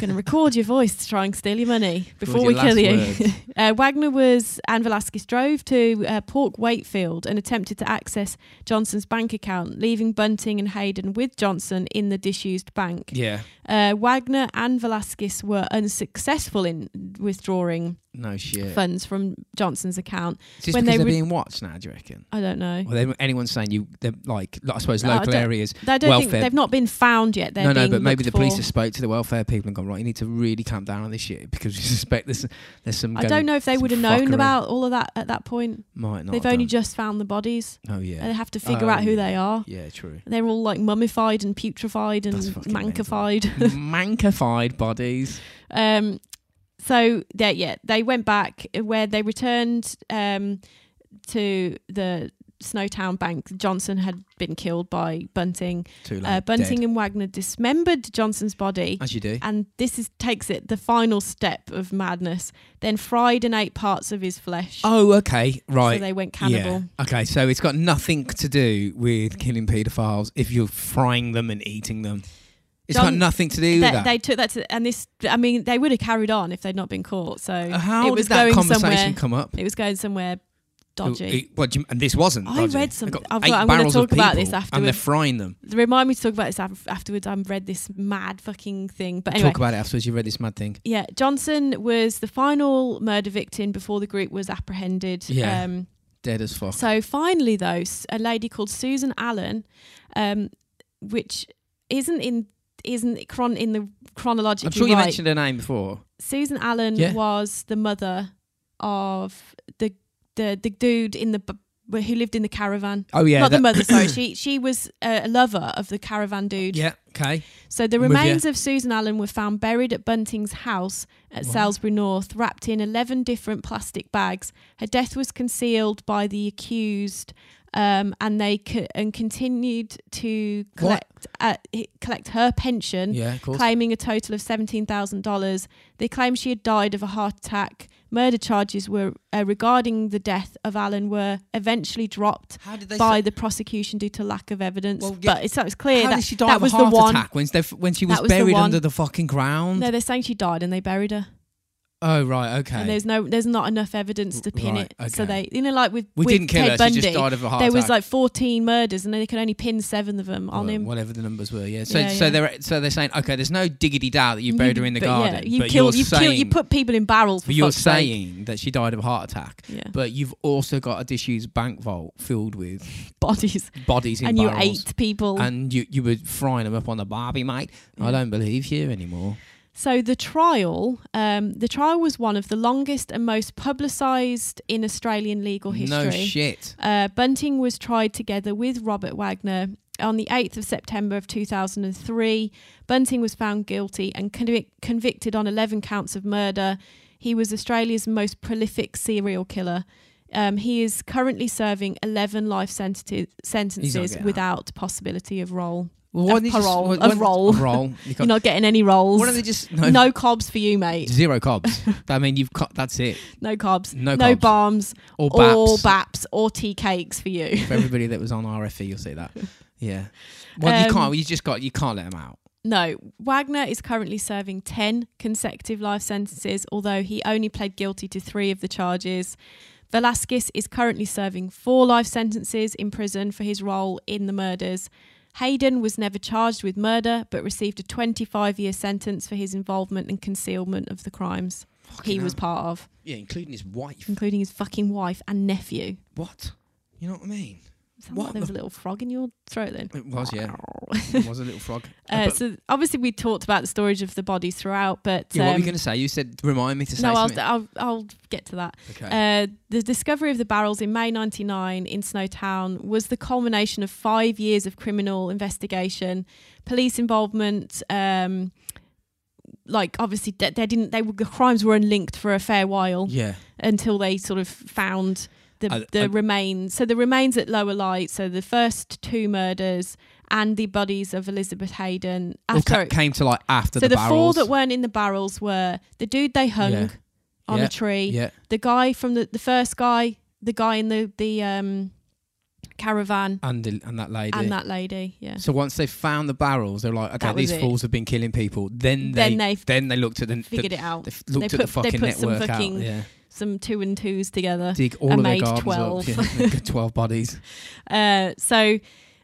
going to record your voice to try and steal your money before your we kill last you. words. (laughs) uh, Wagner was and Velasquez drove to uh, Port Wakefield and attempted to access Johnson's bank account, leaving Bunting and Hayden with Johnson in the disused bank. Yeah. Uh, Wagner and Velasquez were unsuccessful in withdrawing No shit. funds from Johnson's account. It's just when because they they are re- being watched now, do you reckon? I don't know. Or they, anyone's saying you, they're like, I suppose No, I local don't- areas. I don't welfare. think they've not been found yet. They're No, no, being but maybe looked the police for. have spoke to the welfare people and gone, right, you need to really calm down on this shit because we suspect there's, there's some. I going- don't know if they some would have known fuckery. about all of that at that point. Might not. They've have only done. just Uh, found the bodies. Oh, yeah. They have to figure Oh, out who yeah. they are. Yeah, (laughs) true. They're all like mummified and putrefied and That's fucking mental. (laughs) Mm-hmm. mankified. Mankified bodies. (laughs) um, so they yeah, they went back uh, where they returned um, to the Snowtown Bank. Johnson had been killed by Bunting. Too late. Uh, Bunting Dead. and Wagner dismembered Johnson's body. As you do. And this is takes it the final step of madness. Then fried and ate parts of his flesh. Oh, okay. Right. So they went cannibal. Yeah. Okay, so it's got nothing to do with killing paedophiles if you're frying them and eating them. It's got John- nothing to do with They, that. they took that to, and this. I mean, they would have carried on if they'd not been caught. So Uh, How it was did that going conversation somewhere. come Oh, up? It was going somewhere dodgy. It- it- what do you- and this wasn't. I dodgy. read They've something- got I've eight got- I'm gonna barrels of talk about this people And afterward. they're frying them. Remind me to talk about this af- afterwards. I'm read this mad fucking thing, but anyway. Talk about it afterwards. You read this mad thing. yeah, Johnson was the final murder victim before the group was apprehended. Yeah. Um, Dead as fuck. so finally, though, s- a lady called Susan Allen, um, which isn't in isn't chron in the chronologically I'm sure you right. mentioned her name before. Susan Allen Yeah. was the mother of the the the dude in the b- who lived in the caravan. Oh yeah, Not the that- (coughs) mother, sorry. She she was uh, a lover of the caravan dude. Yeah. Okay. So the with ya. remains of Susan Allen were found buried at Bunting's house at Salisbury North, wrapped in 11 different plastic bags. Her death was concealed by the accused um, and they co- and continued to collect uh, h- collect her pension, Yeah. Of course. claiming a total of $17,000. They claim she had died of a heart attack. Murder charges were uh, regarding the death of Allen were eventually dropped How did they by the prosecution due to lack of evidence. Well, yeah. But it's, it's clear How that did she die that of was a heart the one. attack when, they, when she was, That was the buried one. under the fucking ground? No, they're saying she died and they buried her, Oh right, okay. and there's no, there's not enough evidence to pin Right, it. So okay. they, you know, like with we with didn't kill Ted her. Bundy, she just died of a heart there attack. was like 14 murders, and then they could only pin seven of them on Well, him. Whatever the numbers were, yeah. So Yeah, so yeah. they're so they're saying, okay, there's no diggity doubt that you buried her in the but garden. Yeah, you but killed, you're you saying, killed, you put people in barrels. For but you're fuck's sake. saying that she died of a heart attack. yeah, But you've also got a disused bank vault filled with (laughs) bodies, bodies in and you barrels. ate people. And you you were frying them up on the barbie, mate. I Yeah. don't believe you anymore. So the trial, um, the trial was one of the longest and most publicised in Australian legal history. No shit. Uh, Bunting was tried together with Robert Wagner on the 8th of September of 2003. Bunting was found guilty and convic- convicted on 11 counts of murder. He was Australia's most prolific serial killer. Um, he is currently serving 11 life senti- sentences getting out. without possibility of roll. Well, why Of didn't you just- parole- why- of why didn't- roll. of roll. (laughs) You You're got- not getting any rolls. Why don't they just (laughs) no. no, cobs for you, mate. zero (laughs) cobs? I mean, you've cut. That's it. No cobs. No no cobs. bombs Or baps. or baps or tea cakes for you. (laughs) For everybody that was on RFE, you'll see that. Yeah. Well, you Um, can't. You just got. You can't let them out. No, Wagner is currently serving 10 consecutive life sentences, although he only pled guilty to three of the charges. Velasquez is currently serving four life sentences in prison for his role in the murders. Hayden was never charged with murder but received a 25 year sentence for his involvement and concealment of the crimes he Fucking was hell. part of, Yeah, including his wife. including his fucking wife and nephew. What? You know what I mean? Sounds What like there was the- a little frog in your throat then. It was, yeah. (laughs) It was a little frog. (laughs) Uh, But- so obviously we talked about the storage of the bodies throughout, but yeah, what were um, you going to say? You said, remind me to say no, I'll, something. I'll I'll get to that. okay. Uh, the discovery of the barrels in May '99 in Snowtown was the culmination of five years of criminal investigation, police involvement. Um, like obviously, they, they didn't. They were, the crimes were unlinked for a fair while yeah. until they sort of found the I- the I- remains. So the remains at Lower Light. So the first two murders and the bodies of Elizabeth Hayden. Well, After ca- came to like after so the the, four barrels. that weren't in the barrels were the dude they hung Yeah. on Yeah. a tree, yeah. the guy from the the first guy, the guy in the the um, caravan, And, the, and that lady. and that lady. Yeah. so once they found the barrels, they were like, okay, That was these it. fools have been killing people. Then they Then then they, they looked at the, the Figured it out. they f- looked They at the put- they fucking put some network fucking- out. Yeah. Some two and twos together. Dig all and of their made gardens 12. up. (laughs) Yeah, good 12 (laughs) bodies. Uh, so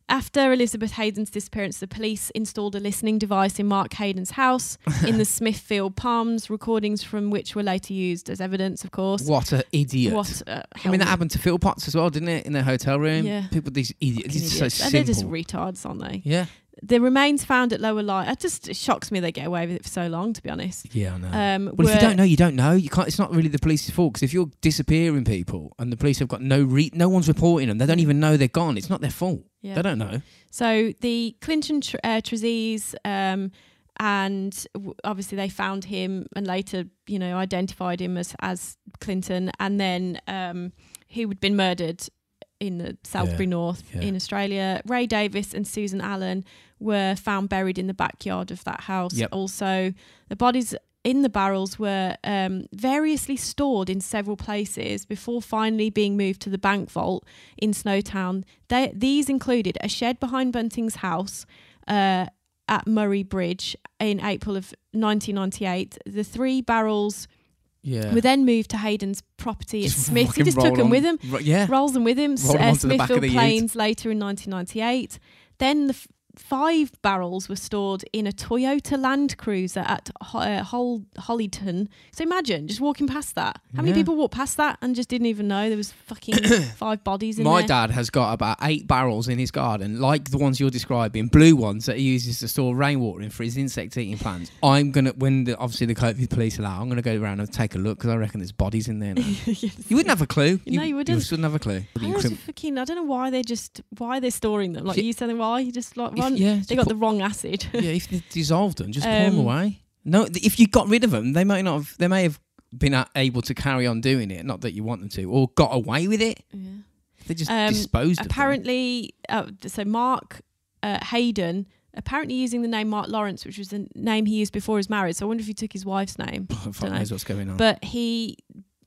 after Elizabeth Hayden's disappearance, the police installed a listening device in Mark (laughs) Hayden's house in the Smithfield Palms, recordings from which were later used as evidence, of course. What an idiot. What I a mean, helmet. that happened to Phil Potts as well, didn't it? In their hotel room. Yeah. People, these idiots. Fucking It's so idiots. simple. And they're just retards, aren't they? yeah. The remains found at Lower Light, it just it shocks me they get away with it for so long, to be honest. Yeah, I know. Um, Oh. well, if you were- don't know, you don't know. You can't. It's not really the police's fault because if you're disappearing people and the police have got no re- no one's reporting them, they don't even know they're gone. It's not their fault. Yeah. They don't know. So the Clinton tr- uh, Trezise, um, and w- obviously they found him and later, you know, identified him as, as Clinton, and then um, who had been murdered in the Salisbury North yeah. in Australia. Ray Davis and Susan Allen were found buried in the backyard of that house. Yep. Also, the bodies in the barrels were um, variously stored in several places before finally being moved to the bank vault in Snowtown. They, these included a shed behind Bunting's house uh, at Murray Bridge in April of 1998. The three barrels Yeah. were then moved to Hayden's property at Smith. He fucking just roll took them on. with him Ro- yeah. (laughs) rolls them with him. Roll 'em uh, onto the back of Smithfield the ute. Plains later in 1998. Then the f- five barrels were stored in a Toyota Land Cruiser at Ho- uh, Hol- Hollyton. So imagine just walking past that. How many Yeah. people walked past that and just didn't even know there was fucking (coughs) five bodies in My (laughs) there? dad has got about eight barrels in his garden, like the ones you're describing, blue ones that he uses to store rainwater in for his insect eating plants. I'm gonna, when the, obviously the COVID police are out, I'm gonna go around and take a look because I reckon there's bodies in there. now. Yes. you wouldn't have a clue. No, you wouldn't. You wouldn't have a clue. I also fucking I don't know why they're just why they're storing them. Like If- you said, why you just like If- one, yeah, they just got put- the wrong acid. yeah, if they dissolved them, just pour them Um, away. No, th- if you got rid of them, they might not have. They may have been a- able to carry on doing it. Not that you want them to, or got away with it. (laughs) Yeah. They just Um, disposed. apparently, uh, so Mark uh, Hayden apparently using the name Mark Lawrence, which was the name he used before his marriage. So I wonder if he took his wife's name. of them. (laughs) Fuck dunno. knows what's going on. But he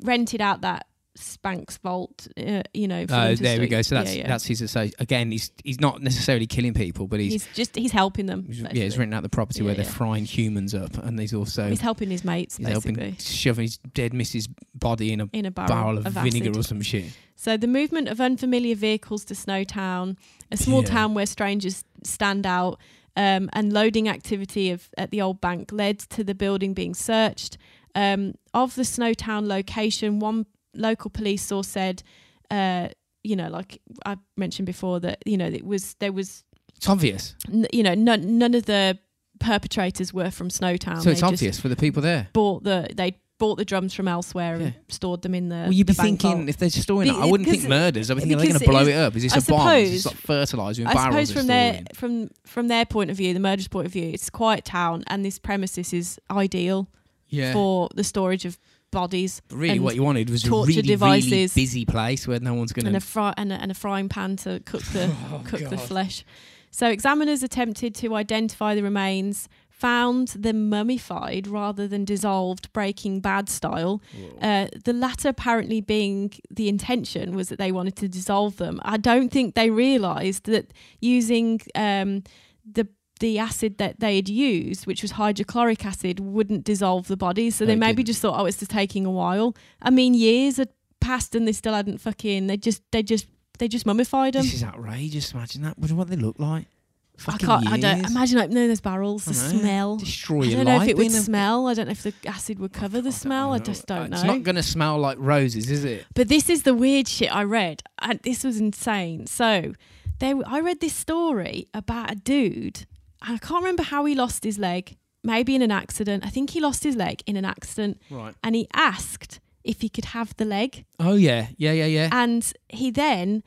rented out that Spanx vault, uh, you know. for Oh, them to there we sleep. go. So that's Yeah, yeah. that's his associ- again. He's he's not necessarily killing people, but he's, he's just he's helping them. he's- yeah, he's basically. renting out the property where Yeah, they're yeah. frying humans up, and he's also He's he's, helping his mates basically helping shove his dead missus body in a in a barrel, barrel of, acid. vinegar or some shit. So the movement of unfamiliar vehicles to Snowtown, a small Yeah. town where strangers stand out, um, and loading activity of at the old bank led to the building being searched. Um, of the Snowtown location, one local police source said, uh, you know, like I mentioned before, that you know it was there was It's obvious. n- you know none none of the perpetrators were from Snowtown. so it's Oh, They just obvious for the people there. Bought the they bought the drums from elsewhere Yeah. and stored them in the. Well, you'd be uh, the bank thinking vault. if they're storing it, Be- I wouldn't think because- murders. I'd be thinking, are they going because to it blow is- it up? Is this I a bomb? Is this suppose- like fertilizer in I barrels? they're suppose from storing their in? from from their point of view, the murderer's point of view, it's a quiet town, and this premises is ideal yeah. for the storage of bodies But really, and what you wanted was a torture really, really devices. busy place where no one's going and a to. fry and a, and a frying pan to cook the (laughs) Oh, cook the God. flesh. So examiners attempted to identify the remains, found them mummified rather than dissolved, Breaking Bad style. Uh, the latter apparently being the intention was that they wanted to dissolve them. I don't think they realised that using um, the the acid that they had used, which was hydrochloric acid, wouldn't dissolve the body. So they No, it maybe didn't. just thought, oh, it's just taking a while. I mean, years had passed and they still hadn't fucking. They just they just they just mummified them. This is outrageous. Imagine that. Wonder what they look like. um, I Fucking can't. I years. don't imagine opening those barrels. The I know. smell. destroy I your don't know life, if it would being a- smell. I don't know if the acid would cover the don't smell. I just don't It's know. not going to smell like roses, is it? But this is the weird shit I read, and this was insane. So, there, I read this story about a dude. and I can't remember how he lost his leg. Maybe in an accident. I think he lost his leg in an accident, Right. and he asked if he could have the leg. Oh yeah, yeah, yeah, yeah. And he then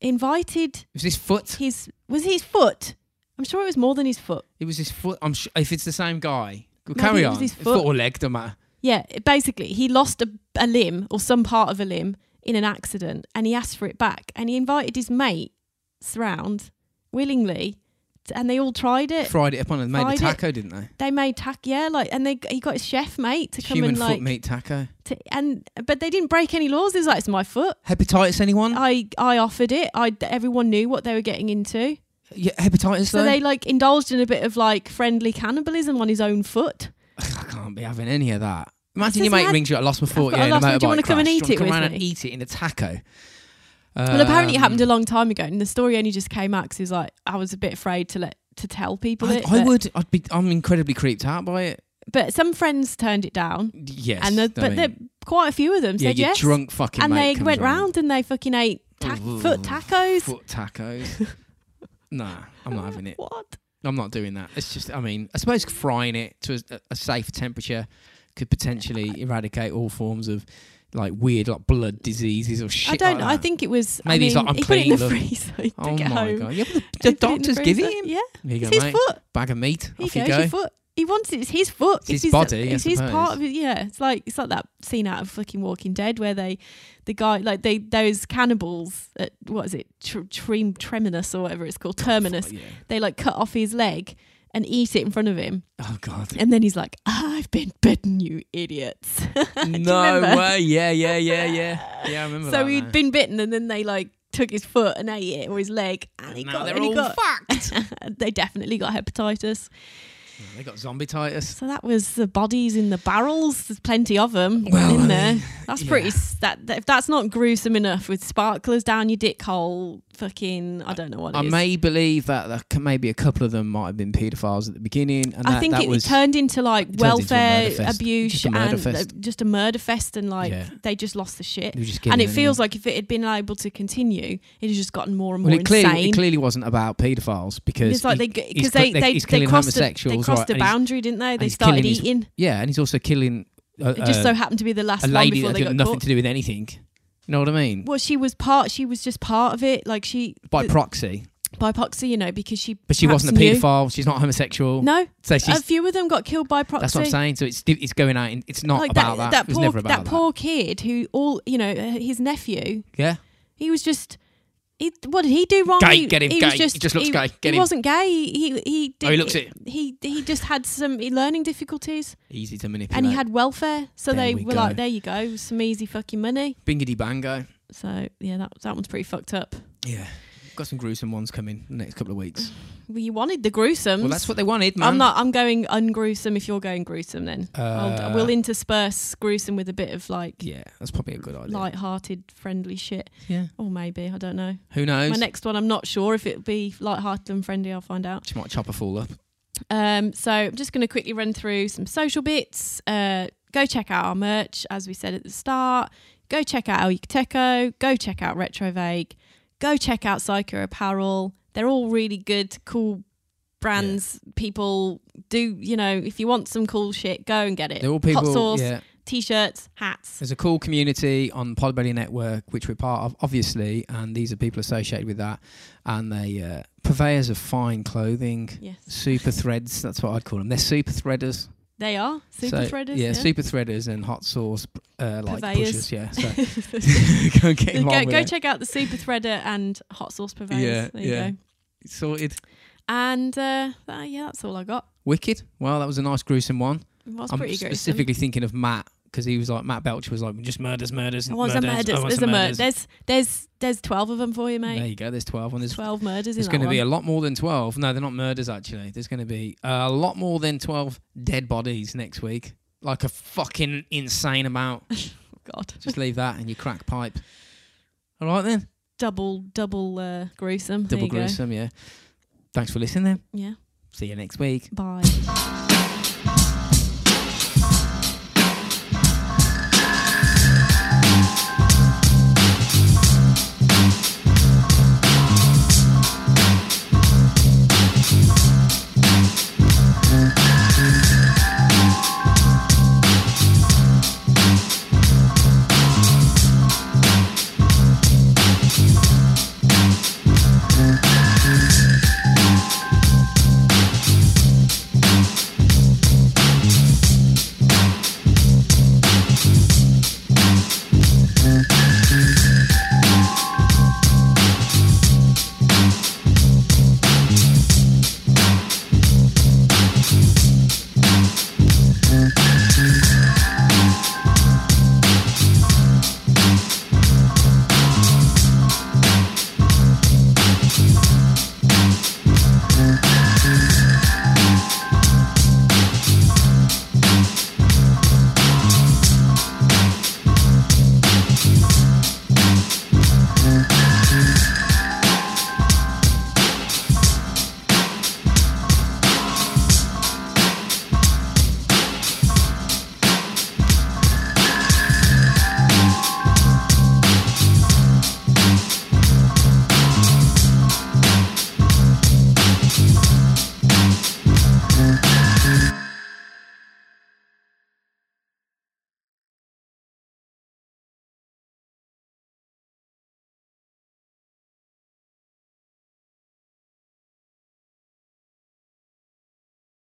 invited It was his foot. his was it his foot. I'm sure it was more than his foot. It was his foot. I'm sure if it's the same guy. Well, Maybe carry it was on. his foot. foot. or leg, don't matter. Yeah, basically, he lost a, a limb or some part of a limb in an accident and he asked for it back. And he invited his mates round willingly t- and they all tried it. Fried it up on and made a Fried it. taco, didn't they? They made tack, yeah, like, and they he got his chef mate to come Human and foot like, meat taco. to, and but they didn't break any laws. It was like it's my foot. Hepatitis, anyone? I I offered it. I everyone knew what they were getting into, yeah, hepatitis. so though? they like indulged in a bit of like friendly cannibalism on his own foot. (sighs) I can't be having any of that. Imagine It your says mate had- rings you at last got before a you in a last- motorbike do you wanna come and crash. eat Do you wanna it with come around and me? eat it in a taco. Well, apparently it Um, happened a long time ago, and the story only just came out because, like, I was a bit afraid to let to tell people Um, I, it. I but, would. I'd be. I'm incredibly creeped out by it. but some friends turned it down, Yes. and the, I but mean, the, quite a few of them yeah, said your yes, drunk fucking and mate they comes went round. round and they fucking ate ta- Ooh. foot tacos. foot (laughs) tacos. nah, I'm not having it. What? I'm not doing that. It's just, I mean, I suppose frying it to a, a safe temperature could potentially eradicate all forms of like weird, like blood diseases or shit. I don't. like I that. think it was. Maybe I he's mean, like, I'm he put it in clean, the look. freezer (laughs) to Oh get my home. god! Yeah, but the, the He put it in the doctors give it freezer. him. Yeah, Here you it's go, his mate. foot. Bag of meat. He Off goes you go. your foot. He wants it. It's his foot. It's his body, I It's his suppose. part of it. Yeah, it's like it's like that scene out of fucking Walking Dead where they, the guy like they those cannibals at what is it Tr- Trem Treminus or whatever it's called Terminus. Yeah. They like cut off his leg and eat it in front of him, Oh god! (laughs) and then he's like, "I've been bitten, you idiots." (laughs) Do you no remember? way! Yeah, yeah, yeah, (laughs) yeah. Yeah, I remember So that. he'd now. been bitten, and then they like took his foot and ate it or his leg, and he Now got they're and he all got fucked. (laughs) they definitely got hepatitis. They got zombie titus. So that was the bodies in the barrels. There's plenty of them Well, I in there. mean, that's yeah. pretty. s- That, that if that's not gruesome enough, with sparklers down your dick hole, fucking I don't know what it I is. may believe that there c- maybe a couple of them might have been paedophiles at the beginning, and I that, think that it was turned into like it turned into a welfare murder fest. abuse Just a murder and fest. uh, just a murder fest, and like Yeah. they just lost the shit. they were just And giving it feels anymore. like if it had been able to continue, it has just gotten more and more well, it clearly, insane. it clearly wasn't about paedophiles because it's like he- they he's because cl- they they- they, he's they killing crossed a, they homosexuals, crossed right, a and he's- boundary, didn't they? They he's killing started his- eating. yeah, and he's also killing uh, It just uh, so happened to be the last a one lady before that they got had nothing caught. to do with anything. You know what I mean? Well, she was part. She was just part of it. Like she By th- proxy, by proxy, you know, because she. but she perhaps wasn't a knew. paedophile. She's not homosexual. No, so a she's, few of them got killed by proxy. that's what I'm saying. So it's it's going out. In, it's not Like about that. It was poor never about that poor kid who all you know uh, his nephew. Yeah. He was just. He, what did he do wrong? Gay, he, get him, he was gay. Just, He just looks he, gay, get he him. wasn't gay. He he, he did, Oh, he looks it. He he just had some learning difficulties, Easy to manipulate. and he had welfare, so There they we were go. like, "There you go, some easy fucking money." bingity bango. So yeah, that that one's pretty fucked up. Yeah. Mm. Got some gruesome ones coming the next couple of weeks. Well, you wanted the gruesomes. Well, that's what they wanted, man. Mm. I'm not. I'm going ungruesome. If you're going gruesome, then I'll, Uh, we'll intersperse gruesome with a bit of like Yeah, that's probably a good idea. light-hearted, friendly shit, yeah. or maybe I don't know. Who knows? My next one, I'm not sure if it'll be light-hearted and friendly. I'll find out. she might chop a fool up. Um, so I'm just going to quickly run through some social bits. Uh, go check out our merch, as we said at the start. Go check out El Yucateco. Go check out Retrovague. Go check out Psycho Apparel. They're all really good, cool brands. People do, you know, if you want some cool shit, go and get it. They're all people. Hot sauce, Yeah, t-shirts, hats. there's a cool community on Podbelly Network, which we're part of, obviously, and these are people associated with that, and they uh, purveyors of fine clothing, Yes, super threads. That's what I'd call them. They're super threaders. they are super So, threaders. Yeah, (laughs) super threaders and hot sauce uh, like Purveyors. pushers. Yeah, so (laughs) go and get So involved go with go it. check out the super threader and hot sauce purveyors. Yeah, there you yeah. go. Sorted. And uh, that- yeah, that's all I got. Wicked. Well, that was a nice gruesome one. It was I'm pretty gruesome. specifically thinking of Matt because he was like Matt Belcher was like just murders, murders, I want murders. some murders. I want There's a some murder. murders." There's there's there's twelve of them for you, There mate. you go. There's twelve, and there's Twelve murders There's in going that to be a one. lot more than 12. No, they're not murders, actually. There's going to be a lot more than 12 dead bodies next week. Like a fucking insane (laughs) amount. God, Just leave that and you crack pipe. All right, then. double double uh, gruesome. There Double you go. gruesome, yeah. Thanks for listening, then. Yeah. (laughs) See you next week. Bye.